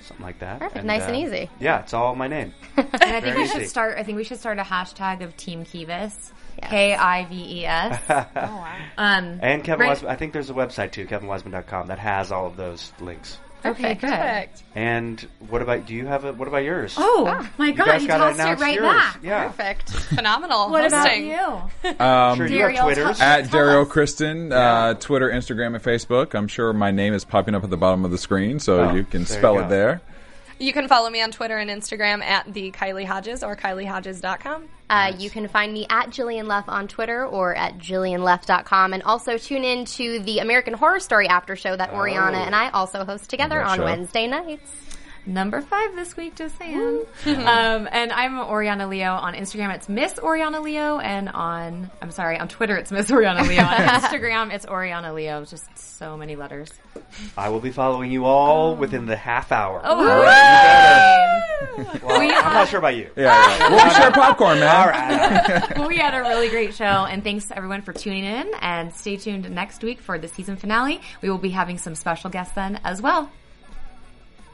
[SPEAKER 4] something like that.
[SPEAKER 5] Perfect. Nice and
[SPEAKER 4] uh,
[SPEAKER 5] easy.
[SPEAKER 4] Yeah, it's all my name.
[SPEAKER 2] And I think
[SPEAKER 4] Very
[SPEAKER 2] we should
[SPEAKER 4] easy.
[SPEAKER 2] start. I think we should start a hashtag of Team Kivas, K I V E S.
[SPEAKER 6] Oh,
[SPEAKER 2] Um,
[SPEAKER 4] And Kevin
[SPEAKER 2] Right.
[SPEAKER 4] Wiseman. I think there's a website too, KevinWiseman.com, that has all of those links.
[SPEAKER 2] okay, good.
[SPEAKER 6] Perfect.
[SPEAKER 4] And what about? Do you have a? What about yours?
[SPEAKER 2] Oh my
[SPEAKER 4] you
[SPEAKER 2] God,
[SPEAKER 4] guys
[SPEAKER 2] you
[SPEAKER 4] gotta
[SPEAKER 2] tossed
[SPEAKER 4] announce
[SPEAKER 2] it right
[SPEAKER 4] yours.
[SPEAKER 2] back.
[SPEAKER 4] Yeah.
[SPEAKER 6] Perfect. Phenomenal.
[SPEAKER 2] What about
[SPEAKER 6] hosting.
[SPEAKER 2] you?
[SPEAKER 4] I'm sure you
[SPEAKER 2] Dario,
[SPEAKER 4] have Twitters.
[SPEAKER 2] tell-
[SPEAKER 3] at
[SPEAKER 2] Tell
[SPEAKER 3] Daryl
[SPEAKER 2] us.
[SPEAKER 3] Kristen, uh, Twitter, Instagram, and Facebook. I'm sure my name is popping up at the bottom of the screen, so
[SPEAKER 4] Oh,
[SPEAKER 3] you can
[SPEAKER 4] there you
[SPEAKER 3] spell
[SPEAKER 4] go.
[SPEAKER 3] it there.
[SPEAKER 6] You can follow me on Twitter and Instagram at the Kylie Hodges or KylieHodges.com.
[SPEAKER 5] Uh, you can find me at Jillian Leff on Twitter or at JillianLeff.com. And also tune in to the American Horror Story after show
[SPEAKER 4] Oh.
[SPEAKER 5] that Oriana and I also host together
[SPEAKER 3] That
[SPEAKER 5] on
[SPEAKER 3] show.
[SPEAKER 5] Wednesday nights.
[SPEAKER 2] Number five this week, just saying. um, and I'm Oriana Leo on Instagram. It's Miss Oriana Leo, and on I'm sorry, on Twitter it's Miss Oriana Leo. on Instagram it's Oriana Leo. Just so many letters.
[SPEAKER 4] I will be following you
[SPEAKER 2] Oh.
[SPEAKER 4] all within the half hour. Oh, well, I'm not sure about you.
[SPEAKER 3] Yeah, yeah. we'll share popcorn, man.
[SPEAKER 4] All right.
[SPEAKER 2] Well, we had a really great show, and thanks to everyone for tuning in. And stay tuned next week for the season finale. We will be having some special guests then as well.